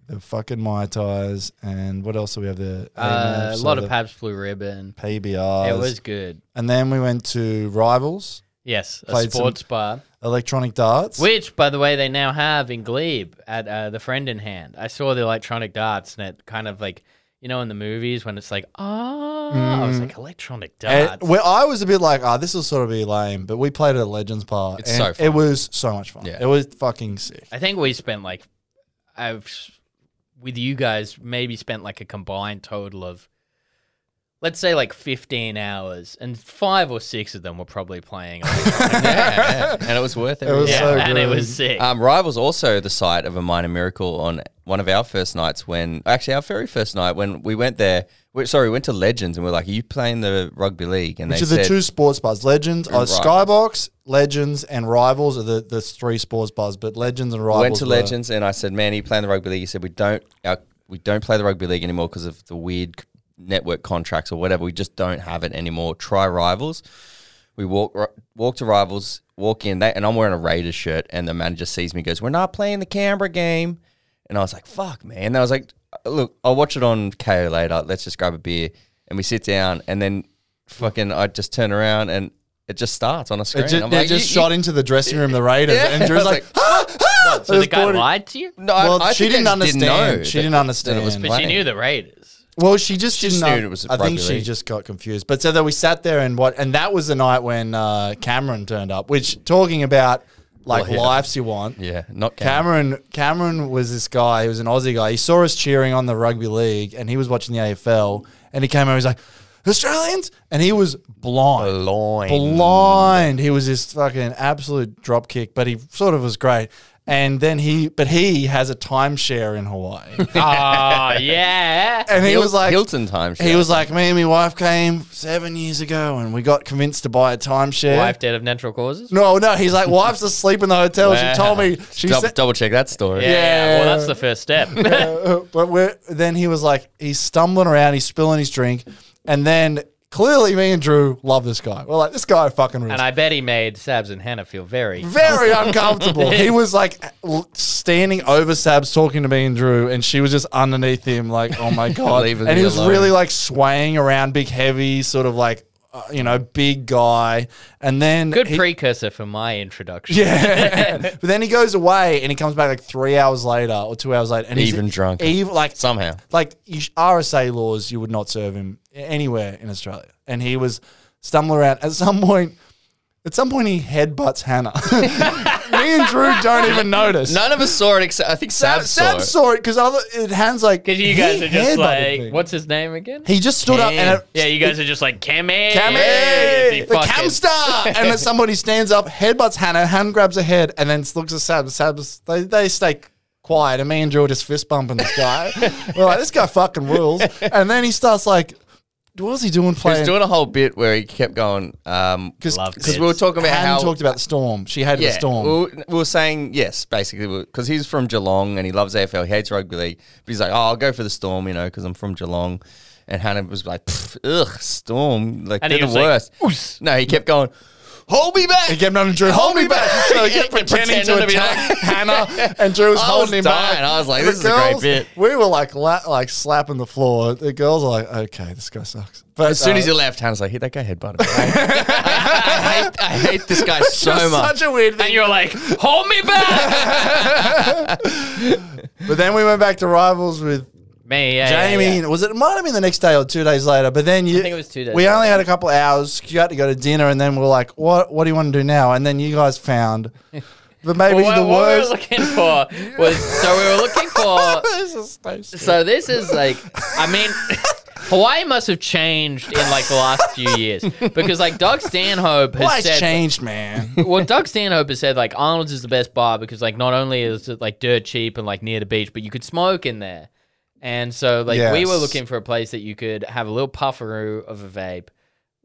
Speaker 2: the fucking mai tais and what else do we have there?
Speaker 3: Uh, a
Speaker 2: AMFs,
Speaker 3: lot
Speaker 2: or
Speaker 3: of Pabst Blue Ribbon.
Speaker 2: the PBRs.
Speaker 3: It was good.
Speaker 2: and then we went to Rivals.
Speaker 3: Yes, a
Speaker 2: Played some-
Speaker 3: sports bar.
Speaker 2: Electronic darts.
Speaker 3: Which, by the way, they now have in Glebe at uh, the Friend in Hand. I saw the electronic darts, and it kind of like you know in the movies when it's like ah, I was like
Speaker 2: Mm.
Speaker 3: electronic
Speaker 2: And-
Speaker 3: darts.
Speaker 2: well, I was a bit like, ah, this will sort of be lame, but we played it at Legends Park.
Speaker 1: It's
Speaker 2: and
Speaker 1: so fun.
Speaker 2: It was so much fun.
Speaker 1: Yeah.
Speaker 2: It was fucking sick.
Speaker 3: I think we spent like I've s- with you guys maybe spent like a combined total of let's say like 15 hours and five or six of them were probably playing
Speaker 1: yeah, yeah. and it was worth it.
Speaker 2: It was
Speaker 3: yeah,
Speaker 2: so
Speaker 3: and it
Speaker 2: good. Uh,
Speaker 3: was sick
Speaker 1: Um, Rivals also the site of a minor miracle on one of our first nights when actually our very first night when we went there. We, sorry, we went to Legends and we are like, "Are you playing the rugby league?" And
Speaker 2: Which
Speaker 1: they
Speaker 2: are the
Speaker 1: said,
Speaker 2: two sports bars. Legends, uh,
Speaker 1: Rivals.
Speaker 2: Skybox, Legends, and Rivals are the, the three sports bars, but Legends and Rivals.
Speaker 1: I went to
Speaker 2: were-
Speaker 1: Legends and I said, "Man, are you playing the rugby league?" He said, "We don't, our, we don't play the rugby league anymore because of the weird c- network contracts or whatever. We just don't have it anymore. Try Rivals." We walk ri- walk to Rivals, walk in that, and I'm wearing a Raiders shirt, and the manager sees me, goes, "We're not playing the Canberra game," and I was like, "Fuck, man!" And I was like, "Uh, "Look, I'll watch it on KO later. Let's just grab a beer." And we sit down, and then fucking, I just turn around and. It just starts on a
Speaker 2: It
Speaker 1: screen.
Speaker 2: ju-
Speaker 1: I'm
Speaker 2: they
Speaker 1: like,
Speaker 2: just
Speaker 1: "You-
Speaker 2: shot into the dressing room, the Raiders,
Speaker 1: Yeah.
Speaker 2: and
Speaker 1: I was
Speaker 2: Drew's like,
Speaker 1: like,
Speaker 2: ah, ah!
Speaker 3: so the
Speaker 2: Just
Speaker 3: guy
Speaker 2: thought it-
Speaker 3: lied to you
Speaker 1: No, I-
Speaker 2: Well,
Speaker 1: I
Speaker 2: she
Speaker 1: think I
Speaker 2: didn't
Speaker 1: just
Speaker 2: understand.
Speaker 1: know
Speaker 2: she
Speaker 1: that-
Speaker 2: didn't
Speaker 1: that it
Speaker 2: understand.
Speaker 1: was
Speaker 3: but she
Speaker 1: playing.
Speaker 3: knew the raiders
Speaker 2: Well, she just
Speaker 1: She
Speaker 2: didn't
Speaker 1: just
Speaker 2: know.
Speaker 1: knew it was a
Speaker 2: I think
Speaker 1: rugby
Speaker 2: she
Speaker 1: league.
Speaker 2: just got confused. But so that we sat there and what, and that was the night when uh, Cameron turned up. Which talking about like
Speaker 1: Well, yeah.
Speaker 2: lives you want.
Speaker 1: Yeah, not Cameron.
Speaker 2: Cameron Cameron was this guy. He was an Aussie guy. He saw us cheering on the rugby league, and he was watching the AFL. And he came over. He's like, Australians, and he was blind,
Speaker 1: Blind.
Speaker 2: blind. He was this fucking absolute drop kick, but he sort of was great. And then he, but he has a timeshare in Hawaii. Ah.
Speaker 3: oh yeah
Speaker 2: And he
Speaker 1: Hil-
Speaker 2: was like,
Speaker 1: Hilton time.
Speaker 2: He was like, me and my wife came seven years ago, and we got convinced to buy a timeshare.
Speaker 3: wife dead of natural causes
Speaker 2: No, no, he's like, wife's asleep in the hotel. She told me she
Speaker 1: double,
Speaker 2: said.
Speaker 1: double check that story.
Speaker 3: yeah, well
Speaker 2: Yeah.
Speaker 3: that's the first step
Speaker 2: Uh, but we're, then he was like, he's stumbling around, he's spilling his drink, and then clearly me and Drew love this guy. We're like, this guy fucking rules.
Speaker 3: and i bet he made sabs and hannah feel very
Speaker 2: very uncomfortable. He was like l- standing over Sabs talking to me and Drew, and she was just underneath him, like, oh my God.
Speaker 1: Leave
Speaker 2: and he
Speaker 1: me
Speaker 2: was
Speaker 1: alone.
Speaker 2: really like swaying around, big, heavy, sort of like, uh, you know, big guy. And then.
Speaker 3: good
Speaker 2: he-
Speaker 3: precursor for my introduction
Speaker 2: Yeah. but then he goes away and he comes back like three hours later or two hours later. And
Speaker 1: Even
Speaker 2: he's
Speaker 1: drunker.
Speaker 2: Even, like,
Speaker 1: Somehow.
Speaker 2: like you, sh- RSA laws, you would not serve him anywhere in Australia. And he was stumbling around. At some point, at some point, he headbutts Hannah. Me and Drew don't even notice.
Speaker 1: None of us saw it except I think Sab,
Speaker 2: Sam, Sam
Speaker 1: saw
Speaker 2: saw it because it hands like
Speaker 3: because you
Speaker 2: he
Speaker 3: guys are just
Speaker 2: headbutted
Speaker 3: like
Speaker 2: me.
Speaker 3: what's his name again
Speaker 2: He just stood up and it,
Speaker 3: yeah, you guys are just like Cammy.
Speaker 2: Cammy, the cam star, and then somebody stands up, headbutts Hannah, hand grabs her head, and then looks at Sab. Sab's they, they stay quiet, and me and Drew are just fist bumping this guy. We're like, this guy fucking rules. And then he starts like, what was he
Speaker 1: it.
Speaker 2: doing
Speaker 1: He was
Speaker 2: playing?
Speaker 1: doing a whole bit where he kept going um,
Speaker 2: Because
Speaker 3: Loved
Speaker 1: because we were talking about
Speaker 2: Hannah
Speaker 1: how
Speaker 2: talked about the storm. She hated
Speaker 1: yeah,
Speaker 2: the storm.
Speaker 1: We were, we were saying yes, basically, because he's from Geelong and he loves AFL, he hates rugby league. But he's like, oh, I'll go for the Storm, you know, because I'm from Geelong. And Hannah was like, "Pff, ugh, Storm, like
Speaker 3: And
Speaker 1: they're
Speaker 3: he
Speaker 1: the
Speaker 3: was like,
Speaker 1: worst. no, he kept going, hold me back.
Speaker 2: He kept on Drew, hold me back. So he kept
Speaker 1: Yeah,
Speaker 2: pretending
Speaker 1: pretending
Speaker 2: to
Speaker 1: to be
Speaker 2: attack
Speaker 1: like-
Speaker 2: Hannah, and Drew was
Speaker 1: I was
Speaker 2: holding him back.
Speaker 1: dying. I was like,
Speaker 2: The
Speaker 1: this is a great
Speaker 2: girls-
Speaker 1: bit.
Speaker 2: We were like, la- like slapping the floor. The girls are like, okay, this guy sucks. But
Speaker 1: As soon as
Speaker 2: uh,
Speaker 1: he left, Hannah's like, hit that guy headbutted. me." I, I, hate, I hate this guy so
Speaker 2: it's
Speaker 1: much.
Speaker 2: such a weird
Speaker 3: And
Speaker 2: thing.
Speaker 3: you're like, hold me back.
Speaker 2: But then we went back to rivals with
Speaker 3: Me, yeah, yeah,
Speaker 2: Jamie.
Speaker 3: yeah.
Speaker 2: and Was it, it might have been the next day or two days later? But then you,
Speaker 3: think it was two days
Speaker 2: We
Speaker 3: later.
Speaker 2: only had a couple hours. You had to go to dinner, and then we are like, what? What do you want to do now? And then you guys found. But maybe
Speaker 3: Well, what,
Speaker 2: the
Speaker 3: what we were
Speaker 2: worst.
Speaker 3: looking for was so we were looking for.
Speaker 2: This is so stupid.
Speaker 3: So this is like, I mean, Hawaii must have changed in like the last few years because like Doug Stanhope has
Speaker 2: Life's
Speaker 3: said
Speaker 2: changed, man.
Speaker 3: well, Doug Stanhope has said like Arnold's is the best bar because like not only is it like dirt cheap and like near the beach, but you could smoke in there. And so like we were
Speaker 2: Yes.
Speaker 3: looking for a place that you could have a little pufferoo of a vape.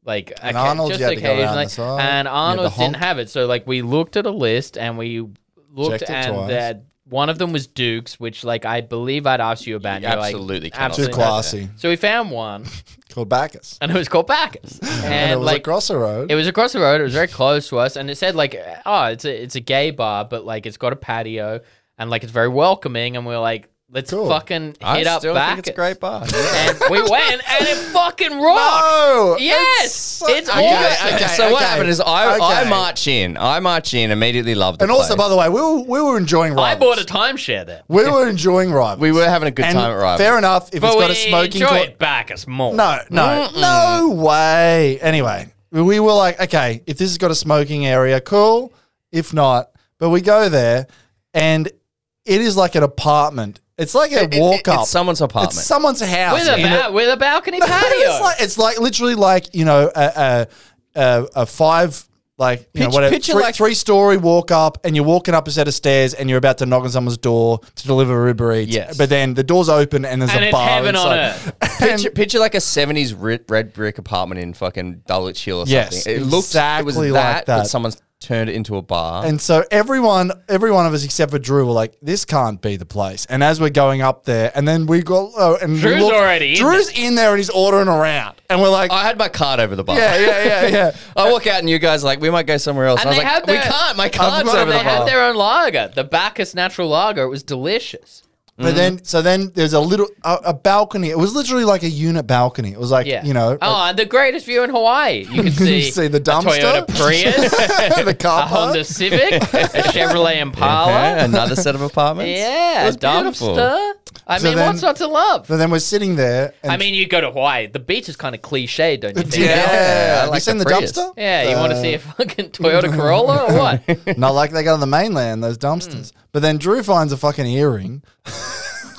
Speaker 3: Like and
Speaker 2: Arnold's, you had to go around the
Speaker 3: and
Speaker 2: side. You had to
Speaker 3: Arnold's didn't
Speaker 2: honk.
Speaker 3: have it. So like we looked at a list and we looked
Speaker 2: Checked it twice.
Speaker 3: and that one of them was Duke's, which like I believe I'd asked you about. and
Speaker 1: You
Speaker 3: you're like,
Speaker 1: absolutely cannot
Speaker 2: Too
Speaker 1: Absolutely.
Speaker 2: classy.
Speaker 3: So we found one
Speaker 2: Called Bacchus.
Speaker 3: and it was called Bacchus. And,
Speaker 2: And, it was
Speaker 3: like
Speaker 2: across the road.
Speaker 3: it was across the road. It was very close to us, and it said like, "Oh, it's a it's a gay bar, but like it's got a patio and like it's very welcoming." And we are like, Let's
Speaker 2: Cool.
Speaker 3: fucking hit
Speaker 1: I
Speaker 3: up
Speaker 1: still
Speaker 3: back.
Speaker 1: think it's a great bar.
Speaker 3: And we went and it fucking rocked.
Speaker 2: Oh,
Speaker 3: Yes, it's
Speaker 2: okay,
Speaker 3: August.
Speaker 2: okay,
Speaker 1: so what
Speaker 2: okay,
Speaker 1: happened is I, I
Speaker 2: okay.
Speaker 1: march in. I march in, immediately loved the
Speaker 2: And also,
Speaker 1: place.
Speaker 2: by the way, we were, we were enjoying
Speaker 3: I
Speaker 2: rivals.
Speaker 3: bought a timeshare there.
Speaker 2: We were enjoying rivals.
Speaker 1: We were having a good
Speaker 2: and
Speaker 1: time at Rivals.
Speaker 2: Fair enough. If
Speaker 3: But
Speaker 2: it's got
Speaker 3: we
Speaker 2: a smoking
Speaker 3: enjoy
Speaker 2: toilet.
Speaker 3: it back us more.
Speaker 2: No, no, no way. Anyway, we were like, okay, if this has got a smoking area, cool. If not, but we go there, and it is like an apartment. It's like a
Speaker 1: It- it-
Speaker 2: walk up.
Speaker 1: It's someone's apartment.
Speaker 2: It's someone's house.
Speaker 3: with a,
Speaker 2: in
Speaker 3: ba- with a balcony patio.
Speaker 2: it's like it's like literally like you know a a, a, a five like you know
Speaker 1: Pitch-
Speaker 2: whatever
Speaker 1: picture
Speaker 2: three,
Speaker 1: like-
Speaker 2: three story walk up and you're walking up a set of stairs and you're about to knock on someone's door to deliver Uber Eats.
Speaker 1: Yes.
Speaker 2: But then the door's open and there's
Speaker 3: and
Speaker 2: a
Speaker 3: it's
Speaker 2: bar
Speaker 3: heaven on
Speaker 2: inside.
Speaker 3: earth.
Speaker 1: picture, picture like a 70s ri- red brick apartment in fucking Dulwich Hill or
Speaker 2: Yes,
Speaker 1: something. It looked it was
Speaker 2: exactly
Speaker 1: that,
Speaker 2: like
Speaker 1: but
Speaker 2: that.
Speaker 1: someone's turned it into a bar.
Speaker 2: And so everyone, every one of us except for Drew were like, "This can't be the place." And as we're going up there, and then we go, oh, and we
Speaker 3: Drew's
Speaker 2: look-
Speaker 3: already in
Speaker 2: Drew's in there and he's ordering around, and we're like,
Speaker 1: I had my card over the bar.
Speaker 2: "Yeah, yeah, yeah, yeah."
Speaker 1: I walk out and you guys are like, we might go somewhere else.
Speaker 3: And
Speaker 1: I was
Speaker 3: they
Speaker 1: like,
Speaker 3: had
Speaker 1: we
Speaker 3: their-
Speaker 1: can't. My card's
Speaker 2: got
Speaker 1: over
Speaker 3: They
Speaker 1: the
Speaker 2: it.
Speaker 1: bar.
Speaker 3: had their own lager, the Bacchus Natural Lager. It was delicious.
Speaker 2: But then, so then there's a little a, a balcony. It was literally like a unit balcony. It was like
Speaker 3: Yeah.
Speaker 2: you know,
Speaker 3: Oh, and the greatest view in Hawaii. You can see,
Speaker 2: see the
Speaker 3: a
Speaker 2: dumpster?
Speaker 3: Toyota Prius,
Speaker 2: like the car
Speaker 3: a
Speaker 2: park.
Speaker 3: Honda Civic, a Chevrolet
Speaker 1: Yeah,
Speaker 3: Impala.
Speaker 1: another set of apartments.
Speaker 3: Yeah,
Speaker 1: It
Speaker 3: a
Speaker 1: was beautiful.
Speaker 3: dumpster. I
Speaker 2: So
Speaker 3: mean,
Speaker 2: then-
Speaker 3: what's not to love?
Speaker 2: So then we're sitting there. And
Speaker 3: I mean, you go to Hawaii. The beach is kind of cliche, don't you think?
Speaker 2: yeah,
Speaker 1: Yeah, I
Speaker 2: have you
Speaker 1: like
Speaker 2: seen
Speaker 1: the
Speaker 2: the,
Speaker 1: Prius.
Speaker 2: dumpster?
Speaker 3: Yeah, you want to see a fucking Toyota Corolla or what?
Speaker 2: Not like they got on the mainland those
Speaker 3: Hmm.
Speaker 2: dumpsters. But then Drew finds a fucking earring.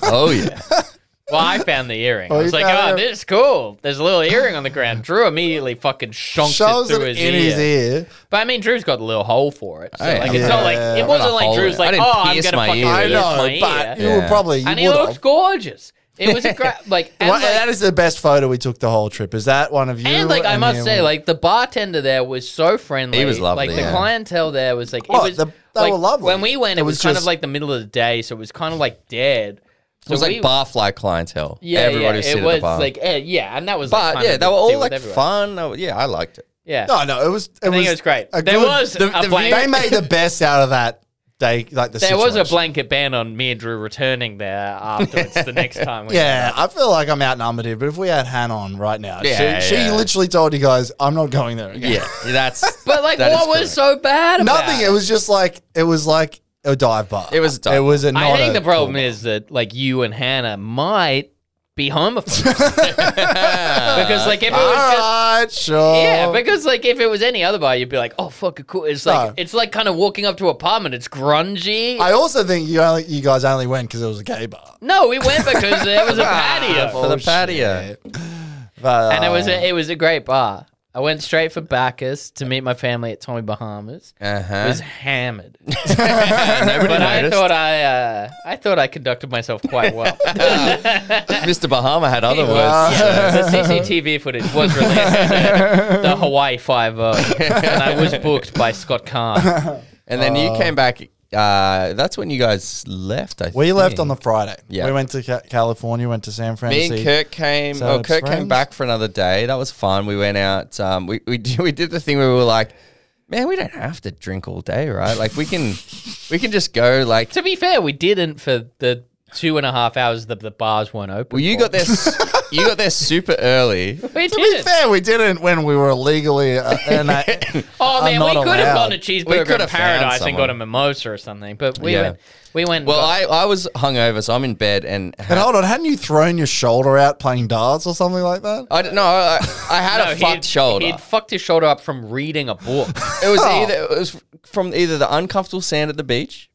Speaker 1: Oh, yeah.
Speaker 3: Well, I found the earring.
Speaker 2: Oh,
Speaker 3: I was
Speaker 2: you
Speaker 3: like,
Speaker 2: found
Speaker 3: oh,
Speaker 2: it.
Speaker 3: this is cool. There's a little earring on the ground. Drew immediately fucking shonks
Speaker 2: Shows
Speaker 3: it
Speaker 2: it
Speaker 3: through
Speaker 2: in
Speaker 3: his ear.
Speaker 2: his ear.
Speaker 3: But I mean, Drew's got a little hole for it. So,
Speaker 1: Hey,
Speaker 3: like,
Speaker 1: I
Speaker 3: it's
Speaker 1: mean,
Speaker 3: not like
Speaker 2: yeah.
Speaker 3: it
Speaker 1: Not
Speaker 3: wasn't
Speaker 1: a
Speaker 3: like
Speaker 1: hole
Speaker 3: Drew's
Speaker 1: in it. I
Speaker 3: like,
Speaker 1: didn't
Speaker 3: oh, I'm
Speaker 1: pierce
Speaker 3: gonna
Speaker 1: my
Speaker 3: fucking
Speaker 1: ear. I
Speaker 2: I
Speaker 3: pierce my
Speaker 2: know,
Speaker 3: ear.
Speaker 2: but you
Speaker 1: Yeah.
Speaker 2: would probably you
Speaker 3: and he
Speaker 2: would
Speaker 3: looked
Speaker 2: have.
Speaker 3: gorgeous. It was a great, like, and
Speaker 2: Well,
Speaker 3: like,
Speaker 2: that is the best photo we took the whole trip. Is that one of you?
Speaker 3: and like I must
Speaker 2: him?
Speaker 3: say, like the bartender there was so friendly.
Speaker 1: He was lovely,
Speaker 3: Like the
Speaker 1: yeah.
Speaker 3: clientele there was like, it
Speaker 2: Oh,
Speaker 3: was
Speaker 2: the- they
Speaker 3: like,
Speaker 2: were lovely.
Speaker 3: When we went, it,
Speaker 2: It
Speaker 3: was,
Speaker 2: was
Speaker 3: kind of
Speaker 2: just-
Speaker 3: like the middle of the day, so it was kind of like dead.
Speaker 1: It was
Speaker 3: So
Speaker 1: like
Speaker 3: we-
Speaker 1: barfly clientele.
Speaker 3: Yeah,
Speaker 1: Everybody
Speaker 3: yeah,
Speaker 1: sit
Speaker 3: it
Speaker 1: at
Speaker 3: was
Speaker 1: the bar.
Speaker 3: like, eh, yeah, and that was. like,
Speaker 1: but
Speaker 3: kind
Speaker 1: yeah,
Speaker 3: of
Speaker 1: they
Speaker 3: the
Speaker 1: were
Speaker 3: deal
Speaker 1: all
Speaker 3: with
Speaker 1: like
Speaker 3: everyone.
Speaker 1: fun. Oh, Yeah, I liked it.
Speaker 3: Yeah,
Speaker 2: no, no, it was. It
Speaker 3: I think
Speaker 2: was
Speaker 3: it was great.
Speaker 2: a
Speaker 3: There
Speaker 2: good-
Speaker 3: was
Speaker 1: the-
Speaker 3: a
Speaker 1: the
Speaker 3: blank.
Speaker 2: They made the best out of that day. Like the
Speaker 3: there was a
Speaker 2: situation.
Speaker 3: blanket ban on me and Drew returning there afterwards. the next time. We
Speaker 2: Yeah, I feel like I'm outnumbered here, but if we had Han on right now,
Speaker 1: Yeah,
Speaker 2: she,
Speaker 1: yeah.
Speaker 2: she literally told you guys, I'm not going there again.
Speaker 1: Yeah, that's.
Speaker 3: But like,
Speaker 1: that is
Speaker 3: what was
Speaker 1: correct.
Speaker 3: so bad? About
Speaker 2: Nothing. It was just like, it was like a dive bar.
Speaker 1: It was a dive
Speaker 2: It was a not
Speaker 3: I think
Speaker 2: a
Speaker 3: the problem
Speaker 2: cool bar.
Speaker 3: is that like you and Hannah might be homophobes because like if it was
Speaker 2: All
Speaker 3: just.
Speaker 2: right, sure.
Speaker 3: Yeah, because like if it was any other bar, you'd be like, "Oh fuck, a cool." It's like
Speaker 2: No.
Speaker 3: it's like kind of walking up to an apartment. It's grungy.
Speaker 2: I also think you only you guys only went because it was a gay bar.
Speaker 3: no, we went because there was a patio,
Speaker 1: for the patio.
Speaker 2: But,
Speaker 3: and it was
Speaker 2: uh,
Speaker 3: a, it was a great bar. I went straight for Bacchus to meet my family at Tommy Bahamas.
Speaker 1: Uh
Speaker 3: I
Speaker 1: huh.
Speaker 3: was hammered,
Speaker 1: Nobody
Speaker 3: but I
Speaker 1: noticed.
Speaker 3: thought I uh, I thought I conducted myself quite well.
Speaker 1: Mr. Bahama had other words.
Speaker 2: Wow.
Speaker 3: the CCTV footage was released, uh, the Hawaii Five O, and I was booked by Scott Kahn.
Speaker 1: And then you came back. Uh, that's when you guys left. I
Speaker 2: we
Speaker 1: think.
Speaker 2: left on the Friday.
Speaker 1: Yeah.
Speaker 2: we went to Ca- California, went to San
Speaker 1: Me
Speaker 2: Francisco.
Speaker 1: and Kirk came.
Speaker 2: So
Speaker 1: oh,
Speaker 2: it's
Speaker 1: Kirk came
Speaker 2: friends.
Speaker 1: back for another day. That was fun. We went out. Um, we we did, we did the thing where we were like, man, we don't have to drink all day, right? Like we can we can just go. Like,
Speaker 3: To be fair, we didn't for the two and a half hours that the bars weren't open.
Speaker 1: well, you
Speaker 3: for.
Speaker 1: got there. s- you got there super early.
Speaker 3: We
Speaker 2: To be
Speaker 3: didn't.
Speaker 2: fair, we didn't when we were illegally. Uh, and I,
Speaker 3: Oh man,
Speaker 2: not
Speaker 3: we could have gone
Speaker 2: allowed.
Speaker 3: to
Speaker 1: We could
Speaker 3: Cheeseburger in
Speaker 1: have found
Speaker 3: Paradise and
Speaker 1: someone.
Speaker 3: got a mimosa or something, but we
Speaker 1: Yeah.
Speaker 3: went. We went. and
Speaker 1: Well,
Speaker 3: got-
Speaker 1: I, I was hungover, so I'm in bed and.
Speaker 2: and hold on, hadn't you thrown your shoulder out playing darts or something like that?
Speaker 1: I don't know. I, I had
Speaker 3: No,
Speaker 1: a fucked
Speaker 3: he'd-
Speaker 1: shoulder.
Speaker 3: He'd fucked his shoulder up from reading a book.
Speaker 1: It was
Speaker 2: Oh.
Speaker 1: either it was from either the uncomfortable sand at the beach,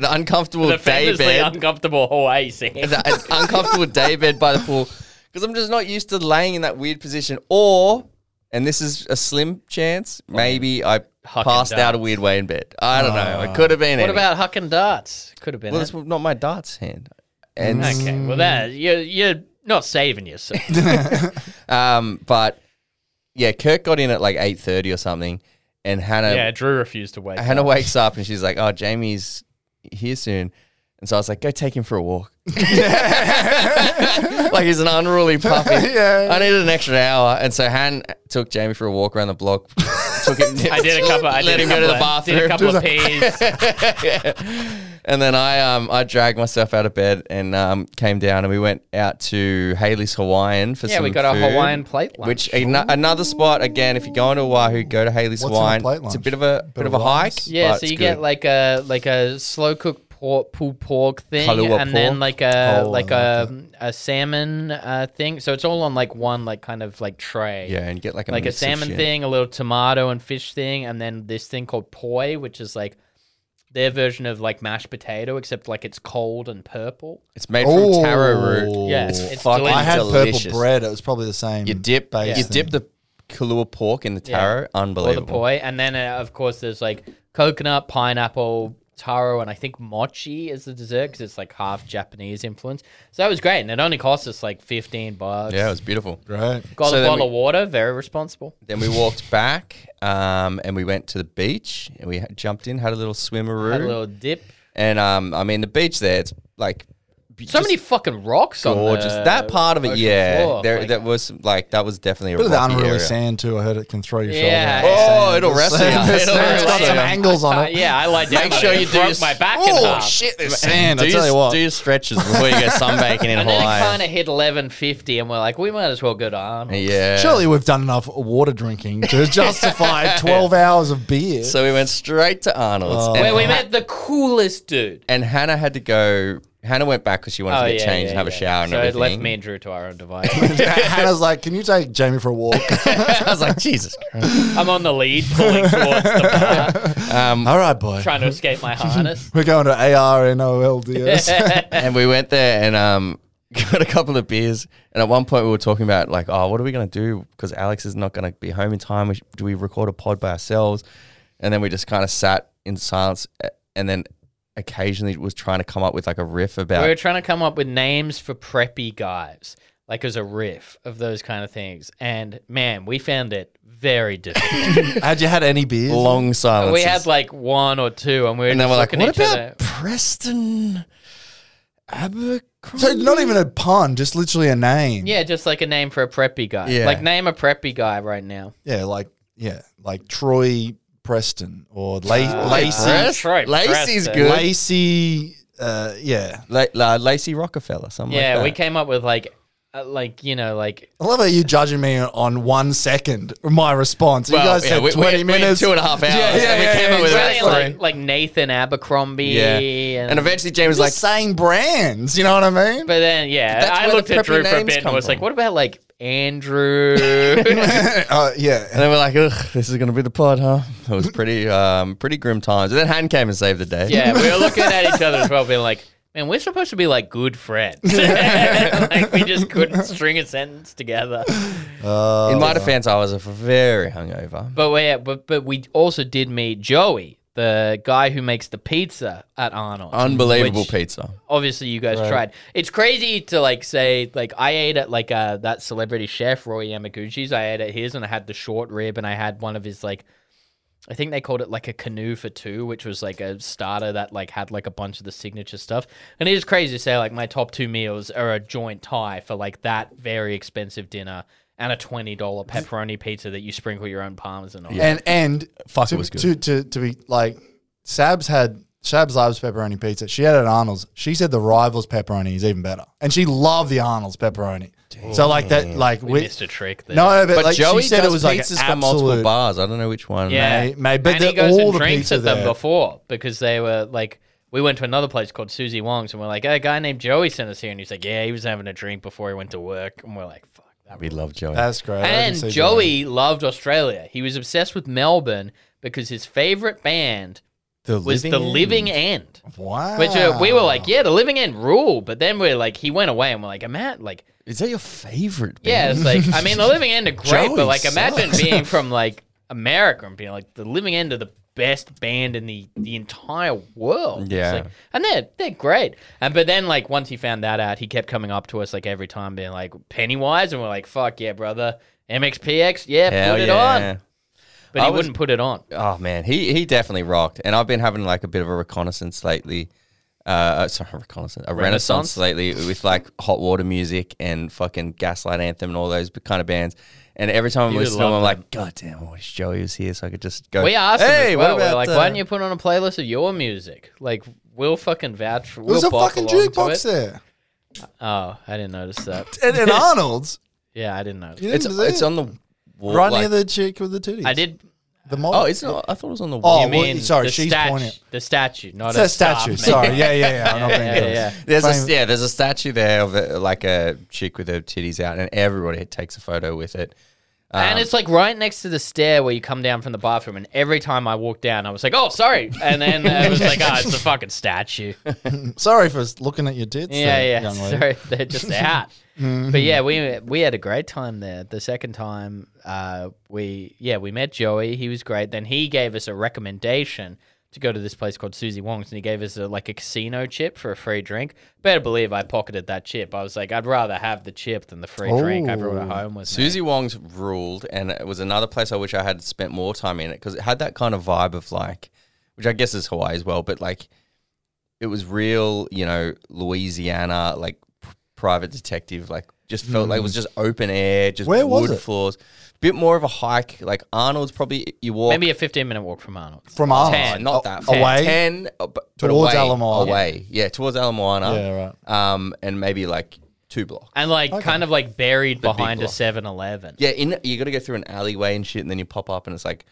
Speaker 1: the uncomfortable
Speaker 3: the
Speaker 1: day
Speaker 3: famously
Speaker 1: bed,
Speaker 3: uncomfortable Hawaii scene.
Speaker 1: the uncomfortable day bed by the pool because I'm just not used to laying in that weird position. Or, and this is a slim chance,
Speaker 3: Oh.
Speaker 1: maybe I
Speaker 3: Hucking
Speaker 1: passed out a
Speaker 3: darts.
Speaker 1: weird way in bed. I don't know. It could have been.
Speaker 3: Ah. What
Speaker 1: any.
Speaker 3: about Huck and Darts? Could have been.
Speaker 1: Well,
Speaker 3: it.
Speaker 1: that's not my darts hand. And
Speaker 3: Okay, well that you're you're not saving yourself.
Speaker 1: um, but yeah, Kirk got in at like eight thirty or something, and Hannah
Speaker 3: yeah, Drew refused to wait.
Speaker 1: Hannah wakes up and she's like, "Oh, Jamie's here soon," and so I was like, "Go take him for a walk." like he's an unruly puppy.
Speaker 2: Yeah.
Speaker 1: I needed an extra hour, and so Han took Jamie for a walk around the block. took him.
Speaker 3: I did a couple. I
Speaker 1: let
Speaker 3: did a
Speaker 1: him go to
Speaker 3: couple
Speaker 1: the
Speaker 3: of- Did a
Speaker 1: bathroom.
Speaker 3: couple of peas.
Speaker 1: Yeah. And then I um I dragged myself out of bed and um came down and we went out to Haley's Hawaiian for
Speaker 3: Yeah,
Speaker 1: some
Speaker 3: we got a
Speaker 1: food,
Speaker 3: Hawaiian plate lunch.
Speaker 1: Which an- another spot again, if you're going to Oahu, go to Haley's
Speaker 2: What's in a
Speaker 1: Hawaiian.
Speaker 2: plate
Speaker 1: It's a
Speaker 2: lunch?
Speaker 1: bit of a bit, of a hike.
Speaker 2: rice?
Speaker 3: Yeah,
Speaker 1: but
Speaker 3: so
Speaker 1: it's
Speaker 3: you get
Speaker 1: good.
Speaker 3: like a like a slow cooked pork pulled pork thing,
Speaker 1: Kalua
Speaker 3: and then
Speaker 1: pork.
Speaker 3: like a
Speaker 2: Oh,
Speaker 3: like
Speaker 2: I
Speaker 3: a
Speaker 2: like
Speaker 3: a salmon uh, thing. So it's all on like one like kind of like tray.
Speaker 1: yeah, and get like a
Speaker 3: like a
Speaker 1: mix of
Speaker 3: salmon
Speaker 1: shit.
Speaker 3: thing, a little tomato and fish thing, and then this thing called poi, which is like their version of like mashed potato, except like it's cold and purple.
Speaker 1: It's made
Speaker 2: Oh.
Speaker 1: from taro root.
Speaker 3: Yeah,
Speaker 1: it's,
Speaker 3: it's
Speaker 1: fucking
Speaker 3: delicious.
Speaker 2: I had
Speaker 1: delicious.
Speaker 2: purple bread. It was probably the same.
Speaker 1: You dip,
Speaker 2: base
Speaker 1: you
Speaker 2: thing.
Speaker 1: dip the Kalua pork in the
Speaker 3: Yeah.
Speaker 1: taro.
Speaker 3: or the
Speaker 1: Unbelievable.
Speaker 3: poi, and then uh, of course there's like coconut, pineapple, taro, and I think mochi is the dessert because it's like half Japanese influence. So that was great, and it only cost us like fifteen bucks.
Speaker 1: Yeah, it was beautiful.
Speaker 2: right.
Speaker 3: got
Speaker 1: So
Speaker 3: a
Speaker 1: then
Speaker 3: bottle
Speaker 1: we-
Speaker 3: of water, very responsible.
Speaker 1: Then we walked back um, and we went to the beach and we ha- jumped in, had a little swimmeroo.
Speaker 3: Had a little dip.
Speaker 1: and um, I mean, the beach there, it's like. b-
Speaker 3: So
Speaker 1: just
Speaker 3: many fucking rocks
Speaker 1: Gorgeous.
Speaker 3: on the
Speaker 1: That part of it,
Speaker 3: ocean
Speaker 1: yeah.
Speaker 3: floor,
Speaker 1: there,
Speaker 3: like-
Speaker 1: that was like that was definitely a
Speaker 2: Bit of the
Speaker 1: rocky
Speaker 2: unruly
Speaker 1: area.
Speaker 2: sand too. I heard it can throw your
Speaker 3: Yeah.
Speaker 2: shoulder. out.
Speaker 1: Oh, it'll wrestle you.
Speaker 2: It's
Speaker 1: It'll
Speaker 2: got
Speaker 1: wrestle
Speaker 2: some
Speaker 1: you.
Speaker 2: angles on it.
Speaker 3: yeah, I like down
Speaker 1: Make
Speaker 3: on
Speaker 1: sure
Speaker 3: it.
Speaker 1: you
Speaker 3: It
Speaker 1: do
Speaker 3: broke
Speaker 1: your
Speaker 3: my back in
Speaker 1: Oh
Speaker 3: half.
Speaker 1: shit, there's
Speaker 2: sand,
Speaker 1: Do
Speaker 2: I tell
Speaker 1: your,
Speaker 2: you what.
Speaker 1: do your stretches before you go sunbaking in
Speaker 3: And then it kind
Speaker 1: Hawaii.
Speaker 3: of hit eleven fifty, and we're like, we might as well go to Arnold.
Speaker 1: Yeah.
Speaker 2: Surely we've done enough water drinking to justify 12 hours of beer.
Speaker 1: So we went straight to Arnold's. and-
Speaker 3: Where we met the coolest dude.
Speaker 1: and Hannah had to go. Hannah went back because she
Speaker 3: Oh,
Speaker 1: wanted to get changed and have a shower and
Speaker 3: so
Speaker 1: everything.
Speaker 3: it left me and Drew to our own device.
Speaker 2: Hannah's like, can you take Jamie for a walk?
Speaker 1: I was like, Jesus. Christ.
Speaker 3: I'm on the lead, pulling towards the bar,
Speaker 1: Um,
Speaker 2: All right, boy.
Speaker 3: trying to escape my harness.
Speaker 2: We're going to ARNOLDS.
Speaker 1: and we went there and um, got a couple of beers. And at one point, we were talking about like, oh, what are we gonna do? Because Alex is not gonna be home in time. We sh- do we record a pod by ourselves? And then we just kind of sat in silence. a- And then occasionally was trying to come up with like a riff about.
Speaker 3: we were trying to come up with names for preppy guys, like as a riff of those kind of things. And man, we found it very difficult.
Speaker 2: Had you had any beers?
Speaker 1: Long silence.
Speaker 3: we had like one or two, and we were
Speaker 1: and
Speaker 3: just
Speaker 1: then we're like,
Speaker 3: looking
Speaker 1: what
Speaker 3: at each
Speaker 1: about
Speaker 3: other.
Speaker 1: Preston Abercrombie?
Speaker 2: So not even a pun, just literally a name.
Speaker 3: Yeah, just like a name for a preppy guy.
Speaker 1: Yeah.
Speaker 3: Like name a preppy guy right now.
Speaker 2: Yeah, like yeah, like Troy Preston or La-
Speaker 1: Ah,
Speaker 2: Lacey.
Speaker 1: Press?
Speaker 3: Troy
Speaker 1: Lacey's
Speaker 3: Preston.
Speaker 1: good.
Speaker 2: Lacey. Uh, yeah,
Speaker 1: La- La- Lacey Rockefeller, something
Speaker 3: yeah, we
Speaker 1: like that.
Speaker 3: came up with like, uh, like you know, like
Speaker 2: I love how you judging me on one second. My response. you guys
Speaker 1: yeah,
Speaker 2: said
Speaker 1: we- we-
Speaker 2: twenty
Speaker 1: we had
Speaker 2: minutes,
Speaker 1: two and a half hours,
Speaker 2: Yeah, yeah,
Speaker 1: and we
Speaker 2: yeah,
Speaker 1: came up with
Speaker 2: yeah,
Speaker 1: that
Speaker 3: like,
Speaker 2: exactly.
Speaker 1: story.
Speaker 3: like, like Nathan Abercrombie.
Speaker 1: Yeah. And eventually James was
Speaker 2: It's like
Speaker 1: like,
Speaker 2: same brands. You know what I mean?
Speaker 3: But then, yeah,
Speaker 1: That's
Speaker 3: I
Speaker 1: where the
Speaker 3: looked at
Speaker 1: preppy
Speaker 3: Drew for a
Speaker 1: names
Speaker 3: bit and
Speaker 1: come
Speaker 3: was like,
Speaker 1: from.
Speaker 3: what about like Andrew? yeah,
Speaker 2: uh, yeah.
Speaker 1: and then we're like, ugh, this is going to be the pod, huh? It was pretty, um, pretty grim times. And then Han came and saved the day.
Speaker 3: we were looking at each other as well, being like, man, we're supposed to be like good friends. like, we just couldn't string a sentence together.
Speaker 2: Uh,
Speaker 1: In my defense, I was very hungover.
Speaker 3: But we, but, but we also did meet Joey, the guy who makes the pizza at Arnold.
Speaker 1: Unbelievable
Speaker 3: which
Speaker 1: pizza.
Speaker 3: Obviously, you guys tried. It's crazy to like say like I ate at like uh, that celebrity chef Roy Yamaguchi's. I ate at his, and I had the short rib, and I had one of his like I think they called it like a canoe for two, which was like a starter that like had like a bunch of the signature stuff. And it is crazy to say like my top two meals are a joint tie for like that very expensive dinner and a twenty dollar pepperoni pizza that you sprinkle your own parmesan on.
Speaker 2: And and
Speaker 1: Fuck,
Speaker 2: to,
Speaker 1: it was good.
Speaker 2: To, to to be like, Sabs had Sabs loves pepperoni pizza. She had it at Arnold's. She said the rivals pepperoni is even better, and she loved the Arnold's pepperoni. So like that, like
Speaker 3: We
Speaker 2: we,
Speaker 3: missed a trick there.
Speaker 2: no, but,
Speaker 1: But
Speaker 2: like
Speaker 1: Joey
Speaker 2: she said
Speaker 1: does
Speaker 2: it was like
Speaker 1: pizzas
Speaker 2: an
Speaker 1: from multiple
Speaker 2: absolute.
Speaker 1: bars. I don't know which one.
Speaker 3: Yeah,
Speaker 2: Mate, mate, but
Speaker 3: and he
Speaker 2: the-
Speaker 3: goes
Speaker 2: all
Speaker 3: and
Speaker 2: the
Speaker 3: drinks
Speaker 2: pizza
Speaker 3: at them
Speaker 2: there.
Speaker 3: before because they were like, we went to another place called Susie Wong's and we're like, a guy named Joey sent us here, and he's like, yeah, he was having a drink before he went to work, and we're like, fuck. That
Speaker 1: We love Joey.
Speaker 2: That's great. I can
Speaker 3: and
Speaker 2: see
Speaker 3: Joey loved Australia. He was obsessed with Melbourne because his favorite band
Speaker 2: the
Speaker 3: was The Living End,
Speaker 2: Wow.
Speaker 3: which uh, we were like, yeah, The Living End rule. But then we're like, he went away, and we're like, imagine, like,
Speaker 1: is that your favorite? band?
Speaker 3: yeah, it's like, I mean, The Living End are great,
Speaker 1: Joey
Speaker 3: but like, imagine
Speaker 1: sucks.
Speaker 3: being from like America and being like, The Living End are the best band in the the entire world. It's
Speaker 1: Yeah.
Speaker 3: like- and they're they're great. And but then like once he found that out, he kept coming up to us like every time, being like Pennywise, and we're like, fuck yeah, brother. MXPX, yeah,
Speaker 1: Hell
Speaker 3: put it on.
Speaker 1: yeah.
Speaker 3: But
Speaker 1: I
Speaker 3: he
Speaker 1: was-
Speaker 3: wouldn't put it on.
Speaker 1: Oh man, he he definitely rocked. And I've been having like a bit of a reconnaissance lately. Uh, sorry, reconnaissance, a renaissance,
Speaker 3: Renaissance?
Speaker 1: lately with like hot water music and fucking Gaslight Anthem and all those kind of bands. And every time I'm
Speaker 3: You
Speaker 1: listening to them, I'm
Speaker 3: love
Speaker 1: like, God damn, I wish Joey was here so I could just go.
Speaker 3: We asked him as well. We're like,
Speaker 1: uh,
Speaker 3: why don't you put on a playlist of your music? Like, We'll fucking vouch for. We'll
Speaker 2: There's a
Speaker 3: bop
Speaker 2: fucking
Speaker 3: along to
Speaker 2: jukebox
Speaker 3: it.
Speaker 2: there.
Speaker 3: Oh, I didn't notice that.
Speaker 2: And, and Arnold's.
Speaker 3: Yeah, I didn't notice.
Speaker 2: You
Speaker 1: It's
Speaker 2: didn't see
Speaker 1: it's
Speaker 2: it?
Speaker 1: on the wall.
Speaker 2: right
Speaker 1: like-
Speaker 2: near the chick with the titties.
Speaker 3: I did.
Speaker 2: The model.
Speaker 1: Oh, it's not. I thought it was on the
Speaker 2: Oh,
Speaker 1: wall.
Speaker 3: I
Speaker 2: well,
Speaker 3: mean,
Speaker 2: sorry,
Speaker 3: the
Speaker 2: she's
Speaker 3: statu-
Speaker 2: pointing.
Speaker 3: The statue, not
Speaker 2: It's
Speaker 3: a,
Speaker 2: a statue.
Speaker 3: staff, mate.
Speaker 2: Sorry. Yeah, yeah, yeah. I'm not being
Speaker 3: yeah,
Speaker 2: good.
Speaker 3: yeah.
Speaker 1: There's a,
Speaker 2: Fine.
Speaker 1: yeah, there's a statue there of uh, like a chick with her titties out, and everybody takes a photo with it.
Speaker 2: Um,
Speaker 3: and it's like right next to the stair where you come down from the bathroom. And every time I walked down, I was like, "Oh, sorry," and then I was like, "Oh, it's a fucking statue."
Speaker 2: Sorry for looking at your tits.
Speaker 3: Yeah,
Speaker 2: there,
Speaker 3: yeah.
Speaker 2: Young lady.
Speaker 3: Sorry, they're just out.
Speaker 1: Mm-hmm.
Speaker 3: but yeah, we we had a great time there. The second time, uh, we yeah we met Joey. He was great. Then he gave us a recommendation to go to this place called Susie Wong's, and he gave us a, like a casino chip for a free drink. Better believe I pocketed that chip. I was like, I'd rather have the chip than the free drink. I brought it
Speaker 2: Oh.
Speaker 3: home with me.
Speaker 1: Susie Wong's ruled, and it was another place I wish I had spent more time in it because it had that kind of vibe of like, which I guess is Hawaii as well, but like, it was real, you know, Louisiana, like p- private detective, like just felt like it was just open air, just
Speaker 2: Hmm. Where was
Speaker 1: wood
Speaker 2: it?
Speaker 1: floors, bit more of a hike. Like Arnold's probably you walk
Speaker 3: Maybe a fifteen minute walk from Arnold's.
Speaker 2: From Arnold's.
Speaker 3: Ten.
Speaker 1: not
Speaker 2: A-
Speaker 1: that far.
Speaker 2: Oh, away?
Speaker 1: ten, uh, but, but
Speaker 2: Towards
Speaker 1: away,
Speaker 2: Alamoana.
Speaker 1: away, yeah. towards Alamoana,
Speaker 2: Yeah,
Speaker 1: right, um, and maybe like two blocks.
Speaker 3: And like kind of like buried
Speaker 1: big
Speaker 3: behind a
Speaker 1: block.
Speaker 3: 7-Eleven.
Speaker 1: Yeah, in you got to go through an alleyway and shit, and then you pop up, and it's like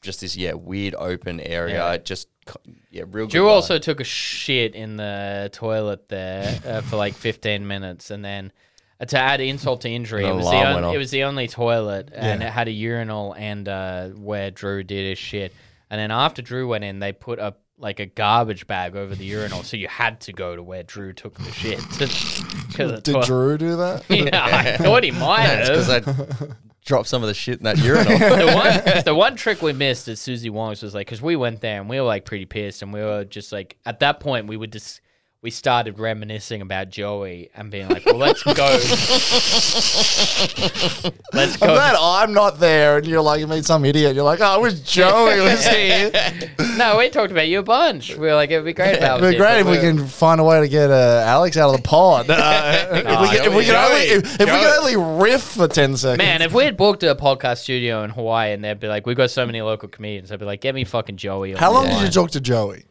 Speaker 1: just this yeah weird open area.
Speaker 3: Yeah.
Speaker 1: It Just co- yeah, real.
Speaker 3: Drew
Speaker 1: good vibe.
Speaker 3: also took a shit in the toilet there uh, for like 15 minutes, and then uh, to add insult to injury,
Speaker 1: An
Speaker 3: it was,
Speaker 1: alarm
Speaker 3: the
Speaker 1: went
Speaker 3: on,
Speaker 1: off.
Speaker 3: it was the only toilet, and
Speaker 2: Yeah.
Speaker 3: it had a urinal and uh, where Drew did his shit. And then after Drew went in, they put a like a garbage bag over the urinal, so you had to go to where Drew took the shit. to- 'cause the
Speaker 2: Did
Speaker 3: toi-
Speaker 2: Drew do that?
Speaker 3: Yeah, I thought he might
Speaker 1: That's
Speaker 3: have.
Speaker 1: 'cause I dropped some of the shit in that urinal.
Speaker 3: the one the one trick we missed at Susie Wong's was like because we went there and we were like pretty pissed and we were just like at that point we would just we started reminiscing about Joey and being like well let's go let's
Speaker 2: I'm
Speaker 3: go
Speaker 2: glad I'm not there, and you're like you meet some idiot. You're like, oh, I wish Joey was here.
Speaker 3: no we talked about you a bunch we were like it'd be great if that was
Speaker 2: It'd be
Speaker 3: it,
Speaker 2: great if
Speaker 3: but
Speaker 2: we
Speaker 3: we're-
Speaker 2: can find a way to get uh, Alex out of the pod. Uh, if we could- if we could
Speaker 1: Joey,
Speaker 2: only if, if we could only riff for ten seconds.
Speaker 3: Man, if we had booked a podcast studio in Hawaii and they'd be like, we've got so many local comedians, I'd be like, get me fucking Joey. on
Speaker 2: how
Speaker 3: the
Speaker 2: long
Speaker 3: line."
Speaker 2: did you talk to Joey?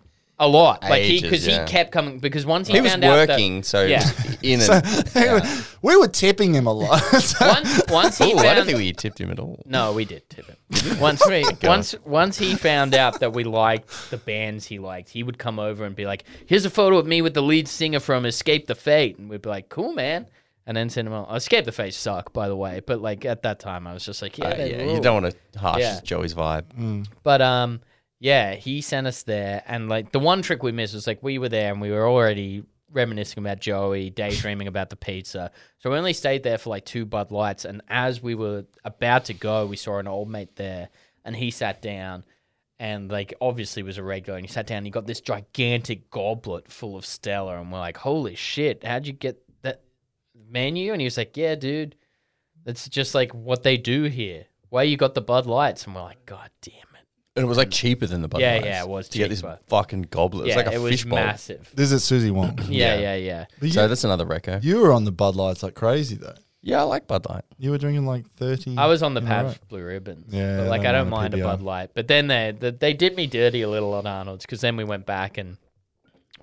Speaker 3: A lot. Like he,
Speaker 1: Ages,
Speaker 3: because
Speaker 1: yeah.
Speaker 3: he kept coming, because once he,
Speaker 1: he was
Speaker 3: found out that-
Speaker 1: working, so
Speaker 3: Yeah.
Speaker 1: he was in and
Speaker 2: we were tipping him a lot.
Speaker 3: once, once he
Speaker 1: Ooh,
Speaker 3: found
Speaker 1: I don't think we tipped him at all.
Speaker 3: No, we did tip him. Once we once once he found out that we liked the bands he liked, he would come over and be like, "Here's a photo of me with the lead singer from Escape the Fate," and we'd be like, "Cool, man." And then send him on. Escape the Fate suck, by the way, but like at that time, I was just like, "Yeah,
Speaker 1: Uh,
Speaker 3: they
Speaker 1: yeah,
Speaker 3: rule.
Speaker 1: you don't want to harsh
Speaker 3: Yeah.
Speaker 1: Joey's vibe.
Speaker 3: But um, yeah, he sent us there, and like the one trick we missed was like we were there and we were already reminiscing about Joey, daydreaming about the pizza. So we only stayed there for like two Bud Lights, and as we were about to go, we saw an old mate there, and he sat down. And like obviously was a regular, and he sat down. and He got this gigantic goblet full of Stella, and we're like, "Holy shit! How'd you get that menu?" And he was like, "Yeah, dude, that's just like what they do here. Why you got the Bud Lights?" And we're like, "God damn it!"
Speaker 1: And it was like cheaper than the Bud
Speaker 3: Yeah,
Speaker 1: Lights
Speaker 3: yeah, it was
Speaker 1: To get this
Speaker 3: cheaper.
Speaker 1: fucking goblet, it was like a fish bowl.
Speaker 3: massive.
Speaker 2: this is Susie Wong.
Speaker 3: Yeah, yeah, yeah.
Speaker 1: So that's another reco.
Speaker 2: you were on the Bud Lights like crazy though.
Speaker 1: Yeah, I like Bud Light.
Speaker 2: You were drinking like thirty.
Speaker 3: I was on the
Speaker 2: in a row.
Speaker 3: Pabst Blue Ribbon.
Speaker 2: Yeah,
Speaker 3: but
Speaker 2: yeah,
Speaker 3: like
Speaker 2: they're
Speaker 3: I don't
Speaker 2: on the
Speaker 3: mind a
Speaker 2: PBR.
Speaker 3: Bud Light. But then they they, they did me dirty a little on Arnold's because then we went back and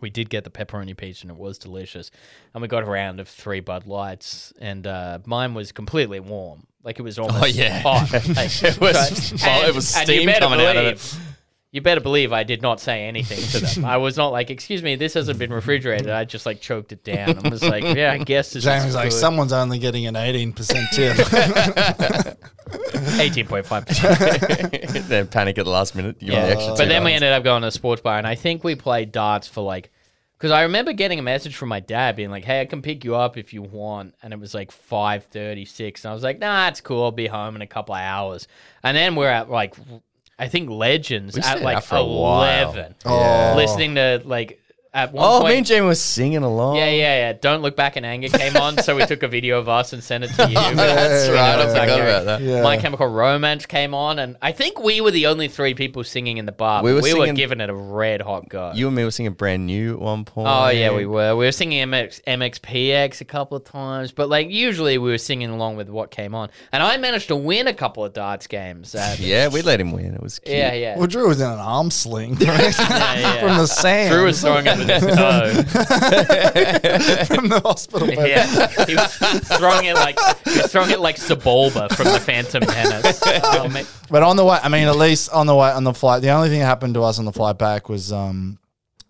Speaker 3: we did get the pepperoni pizza and it was delicious. And we got a round of three Bud Lights and uh, mine was completely warm. Like it was almost
Speaker 1: Oh, yeah.
Speaker 3: hot. Like,
Speaker 1: It was- well, it was
Speaker 3: you
Speaker 1: steam
Speaker 3: better
Speaker 1: coming out of it.
Speaker 3: believe- You better believe I did not say anything to them. I was not like, "Excuse me, this hasn't been refrigerated." I just like choked it down. I was like, "Yeah, I guess this
Speaker 2: James
Speaker 3: is
Speaker 2: was like,
Speaker 3: good."
Speaker 2: someone's only getting an eighteen percent tip.
Speaker 3: 18.5%.
Speaker 1: then panic at the last minute. You
Speaker 3: yeah.
Speaker 1: yeah. the extra
Speaker 3: but then we
Speaker 1: $2.
Speaker 3: ended up going to a sports bar, and I think we played darts for like, because I remember getting a message from my dad being like, hey, I can pick you up if you want. And it was like 5.36. And I was like, nah, it's cool. I'll be home in a couple of hours. And then we're at like, I think Legends
Speaker 1: We
Speaker 3: at
Speaker 1: stayed
Speaker 3: like
Speaker 1: out for a while.
Speaker 3: 11,
Speaker 2: Oh.
Speaker 3: listening to like, at one
Speaker 1: Oh,
Speaker 3: point.
Speaker 1: me and Jamie were singing along.
Speaker 3: yeah, yeah, yeah. Don't look back in anger came on, so we took a video of us and sent it to you.
Speaker 1: That's
Speaker 3: You know,
Speaker 1: right. I
Speaker 3: it's like,
Speaker 1: forgot
Speaker 3: yeah.
Speaker 1: about that.
Speaker 2: Yeah.
Speaker 3: My Chemical Romance came on, and I think we were the only three people singing in the bar.
Speaker 1: We
Speaker 3: We
Speaker 1: were
Speaker 3: were,
Speaker 1: singing-
Speaker 3: giving it a red hot go.
Speaker 1: You and me were singing brand new at one point.
Speaker 3: oh yeah, we were. We were singing MX, MXPX a couple of times, but like usually we were singing along with what came on. And I managed to win a couple of darts games. At, yeah,
Speaker 1: Yeah, we let him win. It was cute.
Speaker 3: yeah, yeah.
Speaker 2: Well, Drew was in an arm sling from the sand.
Speaker 3: Drew was throwing it with his toe.
Speaker 2: from the hospital. bed.
Speaker 3: Yeah, he was throwing it like he was throwing it like Sebulba from the Phantom Menace. Oh, mate.
Speaker 2: But on the way, I mean, at least on the way on the flight, the only thing that happened to us on the flight back was, um,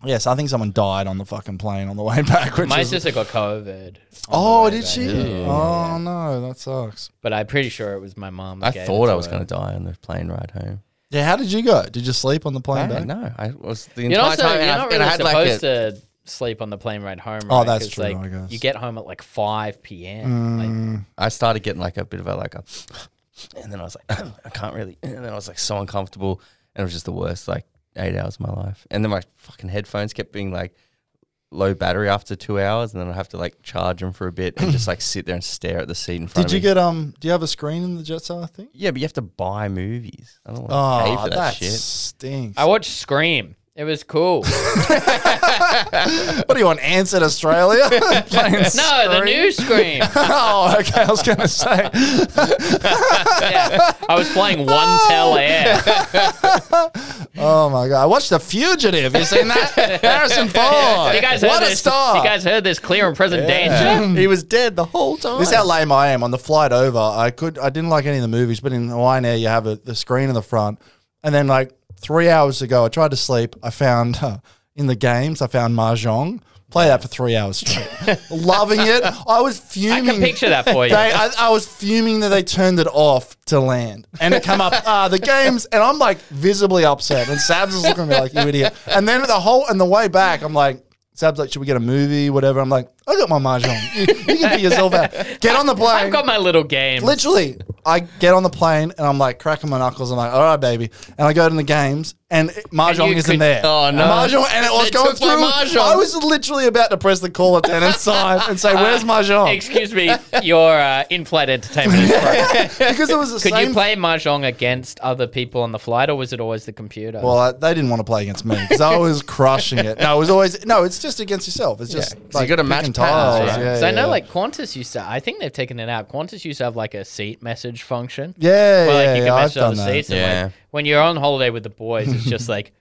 Speaker 2: yes, I think someone died on the fucking plane on the way back. Which
Speaker 3: my
Speaker 2: is,
Speaker 3: sister got COVID,
Speaker 2: oh, did she?
Speaker 1: Yeah.
Speaker 2: Oh no, that sucks.
Speaker 3: but I'm pretty sure it was my mom.
Speaker 1: I thought I was going to die on the plane ride home.
Speaker 2: Yeah, how did you go? Did you sleep on the
Speaker 1: I
Speaker 2: plane back?
Speaker 1: don't know. I was the
Speaker 3: You're
Speaker 1: entire
Speaker 3: not, so,
Speaker 1: time,
Speaker 3: you're
Speaker 1: and I-
Speaker 3: not
Speaker 1: and
Speaker 3: really
Speaker 1: I had like a,
Speaker 3: supposed to sleep on the plane ride home.
Speaker 2: Oh,
Speaker 3: right?
Speaker 2: that's
Speaker 3: 'Cause,
Speaker 2: true,
Speaker 3: Like,
Speaker 2: I guess.
Speaker 3: You get home at like 5 p.m. Like,
Speaker 1: I started getting like a bit of a like a, and then I was like, I can't really, and then I was like so uncomfortable, and it was just the worst like eight hours of my life. And then my fucking headphones kept being like low battery after two hours, and then I have to like charge them for a bit and just like sit there and stare at the seat in front.
Speaker 2: Did
Speaker 1: of
Speaker 2: you
Speaker 1: me.
Speaker 2: get um? Do you have a screen in the Jetstar thing?
Speaker 1: Yeah, but you have to buy movies. I don't want to
Speaker 2: Oh,
Speaker 1: pay for that,
Speaker 2: that
Speaker 1: shit.
Speaker 2: stinks.
Speaker 3: I watched Scream. It was cool.
Speaker 2: what do you want? Ants in Australia? Playing
Speaker 3: no, the
Speaker 2: Scream?
Speaker 3: new Scream.
Speaker 2: oh, okay. I was gonna say.
Speaker 3: Yeah. I was playing One Tell Air.
Speaker 2: Oh my god, I watched The Fugitive. You seen that? Harrison Ford.
Speaker 3: You guys heard
Speaker 2: what a
Speaker 3: this?
Speaker 2: star!
Speaker 3: You guys heard this? Clear and present danger.
Speaker 1: He was dead the whole time.
Speaker 2: This is how lame I am. On the flight over, I could I didn't like any of the movies, but in Hawaiian Air you have a, the screen in the front, and then like three hours ago, I tried to sleep. I found uh, in the games I found mahjong. Play that for three hours straight. Loving it. I was
Speaker 3: I
Speaker 2: fuming.
Speaker 3: can picture that for you.
Speaker 2: They, I, I was fuming that they turned it off to land and it come up uh, the games and I'm like visibly upset and Sabs is looking at me like you idiot and then the whole and the way back I'm like Sabs like should we get a movie whatever I'm like I got my mahjong you, you can figure yourself out get on the plane
Speaker 3: I've got my little game.
Speaker 2: Literally, I get on the plane and I'm like cracking my knuckles. I'm like, all right, baby. And I go to the games and it-
Speaker 3: And
Speaker 2: Mahjong
Speaker 3: you
Speaker 2: isn't
Speaker 3: could-
Speaker 2: there.
Speaker 1: Oh, no.
Speaker 2: Mahjong, and it
Speaker 1: They
Speaker 2: was going
Speaker 1: took my
Speaker 2: through.
Speaker 1: Mahjong.
Speaker 2: I was literally about to press the call attendant sign and say, where's Mahjong?
Speaker 3: Uh, Excuse me, your uh, in-flight entertainment. Is broken.
Speaker 2: because it was the
Speaker 3: Could
Speaker 2: same.
Speaker 3: you play mahjong against other people on the flight, or was it always the computer?
Speaker 2: well, I, they didn't want to play against me because I was crushing it. No, it was always no. It's just against yourself. It's just
Speaker 1: 'cause you gotta match
Speaker 2: picking
Speaker 1: patterns,
Speaker 2: tiles.
Speaker 1: right?
Speaker 2: Yeah,
Speaker 3: so I
Speaker 2: yeah.
Speaker 3: know, like Qantas used to. I think they've taken it out. Qantas used to have like a seat message function.
Speaker 2: yeah,
Speaker 3: Where, like,
Speaker 2: yeah,
Speaker 3: you
Speaker 2: yeah,
Speaker 3: can
Speaker 2: I've
Speaker 3: message
Speaker 2: done
Speaker 3: other
Speaker 2: that.
Speaker 3: seats. and, like,
Speaker 1: Yeah.
Speaker 3: when you're on holiday with the boys, it's just like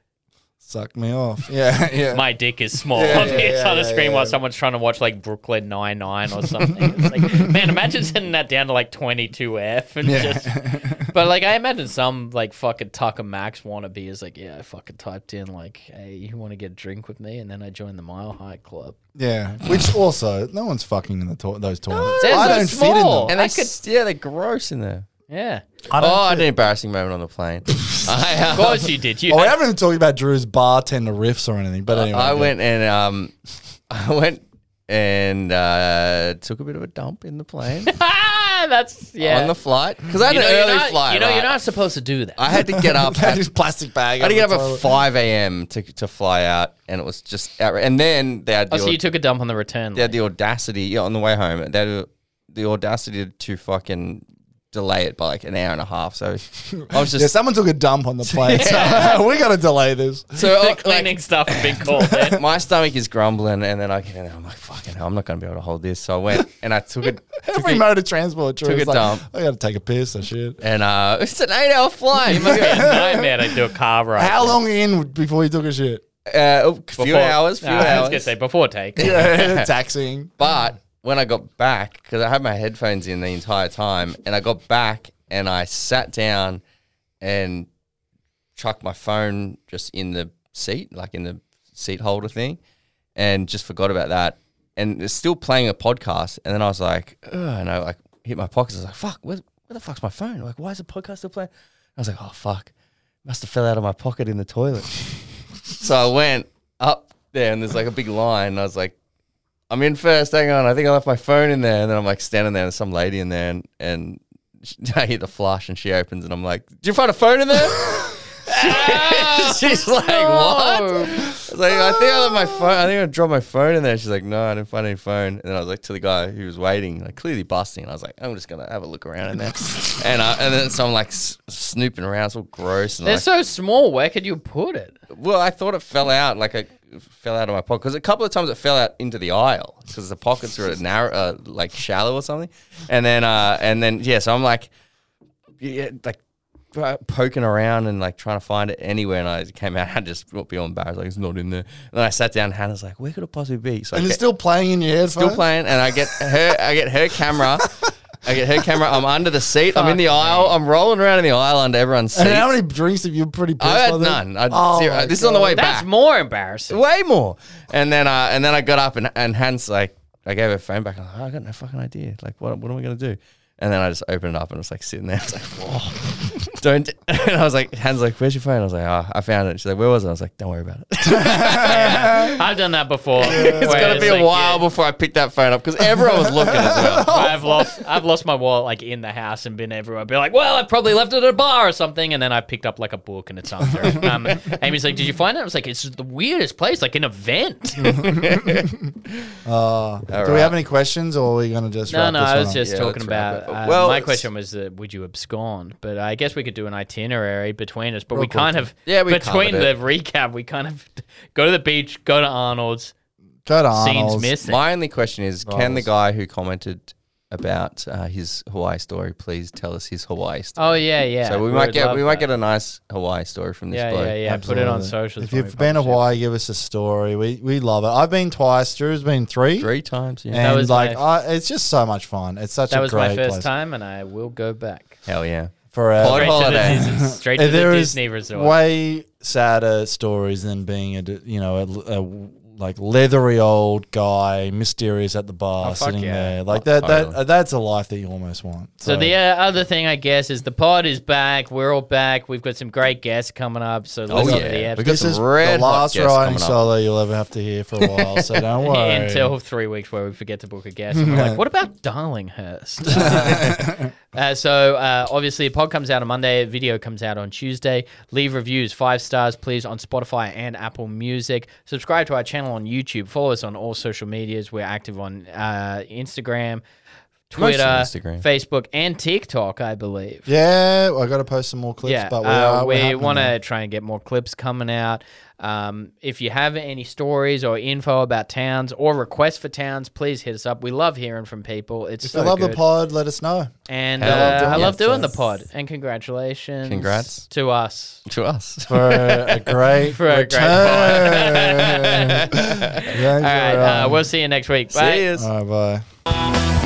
Speaker 2: Suck me off. Yeah, yeah.
Speaker 3: my dick is small
Speaker 2: Yeah,
Speaker 3: on the
Speaker 2: yeah,
Speaker 3: other
Speaker 2: yeah,
Speaker 3: screen
Speaker 2: yeah.
Speaker 3: while someone's trying to watch like Brooklyn Nine Nine or something. It's like, man, imagine sending that down to like 22F and
Speaker 2: Yeah.
Speaker 3: just. But like, I imagine some like fucking Tucker Max wannabe is like, yeah, I fucking typed in like, hey, you want to get a drink with me? And then I joined the Mile High Club.
Speaker 2: yeah. Which also, no one's fucking in the to- those toilets.
Speaker 3: they're
Speaker 2: I
Speaker 3: so
Speaker 2: don't fit in
Speaker 3: small.
Speaker 2: them.
Speaker 1: and they
Speaker 3: I could-
Speaker 1: s- yeah, they're gross in there.
Speaker 3: Yeah, of
Speaker 1: oh, I had an embarrassing moment on the plane. I, uh,
Speaker 3: course you did. You
Speaker 2: Oh, we
Speaker 3: had-
Speaker 2: haven't even talked about Drew's bartender riffs or anything, but anyway.
Speaker 1: I went and um, I went and uh, took a bit of a dump in the plane
Speaker 3: ah, that's yeah.
Speaker 1: on the flight because I had
Speaker 3: you know,
Speaker 1: an
Speaker 3: you're
Speaker 1: early
Speaker 3: not,
Speaker 1: flight.
Speaker 3: You know, you're
Speaker 1: right?
Speaker 3: not supposed to do that.
Speaker 1: I had to get up.
Speaker 2: Had
Speaker 1: at,
Speaker 2: his plastic bag.
Speaker 1: I had to get
Speaker 2: over
Speaker 1: up
Speaker 2: the
Speaker 1: at
Speaker 2: toilet.
Speaker 1: five a.m. to to fly out, and it was just outra- and then they had the,
Speaker 3: oh, so
Speaker 1: au-
Speaker 3: you took a dump on the return.
Speaker 1: they
Speaker 3: leg.
Speaker 1: had the audacity yeah, on the way home. They had the audacity to fucking delay it by like an hour and a half. So I was
Speaker 2: Yeah,
Speaker 1: just
Speaker 2: someone took a dump on the plane. So we got to delay this.
Speaker 1: so
Speaker 3: the
Speaker 1: uh, like,
Speaker 3: cleaning stuff had been called. Then.
Speaker 1: my stomach is grumbling, and then I get in there. I'm like, fucking hell, I'm not going to be able to hold this. So I went and I took it.
Speaker 2: Every mode of transport, Drew.
Speaker 1: took a
Speaker 2: was like,
Speaker 1: dump.
Speaker 2: I got to take a piss and shit.
Speaker 1: And uh, it's an eight hour flight. You
Speaker 3: Must be a nightmare to do a car ride.
Speaker 2: How long in before you took a shit?
Speaker 1: uh, a few
Speaker 3: Before-
Speaker 1: hours, few
Speaker 3: Nah, I was
Speaker 1: hours.
Speaker 3: gonna say before take.
Speaker 2: Taxing.
Speaker 1: But when I got back, because I had my headphones in the entire time, and I got back and I sat down and chucked my phone just in the seat, like in the seat holder thing, and just forgot about that. And it's still playing a podcast. And then I was like, Ugh, and I like hit my pockets. I was like, fuck, where, where the fuck's my phone? Like, why is the podcast still playing? I was like, oh, fuck. Must have fell out of my pocket in the toilet. so I went up there and there's like a big line. And I was like, I'm in first. Hang on. I think I left my phone in there. And then I'm like standing there. There's some lady in there. And, and I hit the flush and she opens and I'm like, Do you find a phone in there? She's like, what? I was like, I think I left my phone. I think I dropped my phone in there. She's like, no, I didn't find any phone. And then I was like to the guy who was waiting, like clearly busting. And I was like, I'm just gonna have a look around in there. and I, and then so I'm like s- snooping around, it's all gross. And
Speaker 3: They're
Speaker 1: like,
Speaker 3: so small. Where could you put it?
Speaker 1: well, I thought it fell out, like I fell out of my pocket because a couple of times it fell out into the aisle because the pockets were narrow, uh, like shallow or something. And then, uh, and then, yeah. So I'm like, yeah, like uh, poking around and like trying to find it anywhere. And I came out, I just felt beyond embarrassed, like it's not in there. And then I sat down. Hannah's like, where could it possibly be? So I
Speaker 2: And it's
Speaker 1: get-
Speaker 2: still playing in your headphones.
Speaker 1: still playing, and I get her, I get her camera. I get her camera. I'm under the seat. I'm in the aisle. I'm rolling around in the aisle under everyone's seat.
Speaker 2: And how many drinks have you pretty pissed
Speaker 1: I had
Speaker 2: by then?
Speaker 1: none. I,
Speaker 2: Oh
Speaker 1: zero.
Speaker 2: my
Speaker 1: This is on the
Speaker 2: God.
Speaker 1: way back
Speaker 3: That's more embarrassing.
Speaker 1: way more. And then uh, and then I got up and and Hans like I gave her phone back. I'm like, "Oh, I got no fucking idea. Like what what am I gonna do? And then I just opened it up and it was like sitting there. I was like, Whoa. don't. And I was like, Hans like, where's your phone? I was like, ah, I found it. She's like, where was it? I was like, don't worry about it. It's
Speaker 3: I've done that before. It's
Speaker 1: gonna be a while before I picked that phone up because everyone was looking as well.
Speaker 3: I've lost I've lost my wallet like in the house and been everywhere. Be like, well, I probably left it at a bar or something, and then I picked up like a book and it's under. it. Um, Amy's like, did you find it? I was like, it's the weirdest place, like an event.
Speaker 1: All
Speaker 2: Do
Speaker 1: right.
Speaker 2: we have any questions, or are we gonna just?
Speaker 3: no,
Speaker 2: wrap
Speaker 3: no,
Speaker 2: this
Speaker 3: I
Speaker 2: one
Speaker 3: was
Speaker 2: up?
Speaker 3: just
Speaker 1: Yeah,
Speaker 3: talking
Speaker 1: let's wrap it
Speaker 3: about.
Speaker 1: up.
Speaker 3: Uh,
Speaker 1: Well,
Speaker 3: my
Speaker 1: it's-
Speaker 3: question was, uh, would you abscond? But I guess we could do an itinerary between us. But we
Speaker 2: Real quick.
Speaker 3: kind of
Speaker 1: Yeah, we
Speaker 3: between
Speaker 1: covered
Speaker 3: the
Speaker 1: it.
Speaker 3: recap, we kind of go to the beach, go to Arnold's,
Speaker 2: Go to Arnold's.
Speaker 3: scenes missing.
Speaker 1: My only question is, can the guy who commented about uh, his Hawaii story please tell us his Hawaii story?
Speaker 3: oh yeah, yeah.
Speaker 1: so we
Speaker 3: would
Speaker 1: might get
Speaker 3: love
Speaker 1: we might
Speaker 3: that.
Speaker 1: get a nice Hawaii story from this
Speaker 3: yeah,
Speaker 1: bloke.
Speaker 3: yeah, yeah. Put it on socials.
Speaker 2: Absolutely. If
Speaker 3: when
Speaker 2: you've
Speaker 3: we
Speaker 2: been to
Speaker 3: publish it.
Speaker 2: Hawaii, give us a story. We we love it. I've been twice. Drew's been three.
Speaker 1: Three times, yeah.
Speaker 2: And
Speaker 3: was
Speaker 2: like,
Speaker 3: my-
Speaker 2: I, it's just so much fun. It's such
Speaker 3: that
Speaker 2: a
Speaker 3: was
Speaker 2: great
Speaker 3: my first
Speaker 2: place.
Speaker 3: time, and I will go back.
Speaker 1: Hell yeah.
Speaker 2: Forever.
Speaker 1: Pod-
Speaker 3: Straight
Speaker 1: holiday.
Speaker 3: to the, Disney- straight to
Speaker 2: And
Speaker 3: the
Speaker 2: there is
Speaker 3: Disney resort.
Speaker 2: way sadder stories than being a d- you know a, a like leathery old guy, mysterious at the bar,
Speaker 3: Oh, fuck
Speaker 2: sitting
Speaker 3: yeah.
Speaker 2: there. Like
Speaker 1: Oh,
Speaker 2: that. That
Speaker 1: totally.
Speaker 2: that's a life that you almost want.
Speaker 3: So the uh, other thing, I guess, is the pod is back. We're all back. We've got some great guests coming up. So listen
Speaker 1: Oh, yeah.
Speaker 3: to the
Speaker 1: We
Speaker 3: episode
Speaker 1: got
Speaker 2: this
Speaker 1: some
Speaker 2: is the
Speaker 1: red hot
Speaker 2: last
Speaker 1: guests
Speaker 2: riding
Speaker 1: coming up.
Speaker 2: solo you'll ever have to hear for a while. So don't worry.
Speaker 3: until three weeks where we forget to book a guest. And we're like, what about Darlinghurst? uh, so uh, obviously, a pod comes out on Monday. A video comes out on Tuesday. Leave reviews, five stars, please, on Spotify and Apple Music. Subscribe to our channel on YouTube. Follow us on all social medias. We're active on uh, Instagram.
Speaker 1: Mostly
Speaker 3: Twitter,
Speaker 1: Instagram.
Speaker 3: Facebook, and TikTok, I believe.
Speaker 2: yeah, I got to post some more clips,
Speaker 3: Yeah,
Speaker 2: but we
Speaker 3: uh,
Speaker 2: are, we're
Speaker 3: we
Speaker 2: happening
Speaker 3: want
Speaker 2: there.
Speaker 3: to try and get more clips coming out. Um, if you have any stories or info about towns or requests for towns, please hit us up. We love hearing from people. It's
Speaker 2: If
Speaker 3: so
Speaker 2: you love
Speaker 3: good.
Speaker 2: the pod, let us know.
Speaker 3: and uh,
Speaker 1: Hell, I love doing
Speaker 3: I love
Speaker 1: it.
Speaker 3: doing the pod. And congratulations,
Speaker 1: Congrats.
Speaker 3: to us.
Speaker 1: To us.
Speaker 2: for a great
Speaker 3: For a great
Speaker 2: return. Thanks,
Speaker 3: All right,
Speaker 2: everyone.
Speaker 3: uh, we'll see you next week. Bye.
Speaker 1: See yous.
Speaker 2: All right, bye.
Speaker 4: We're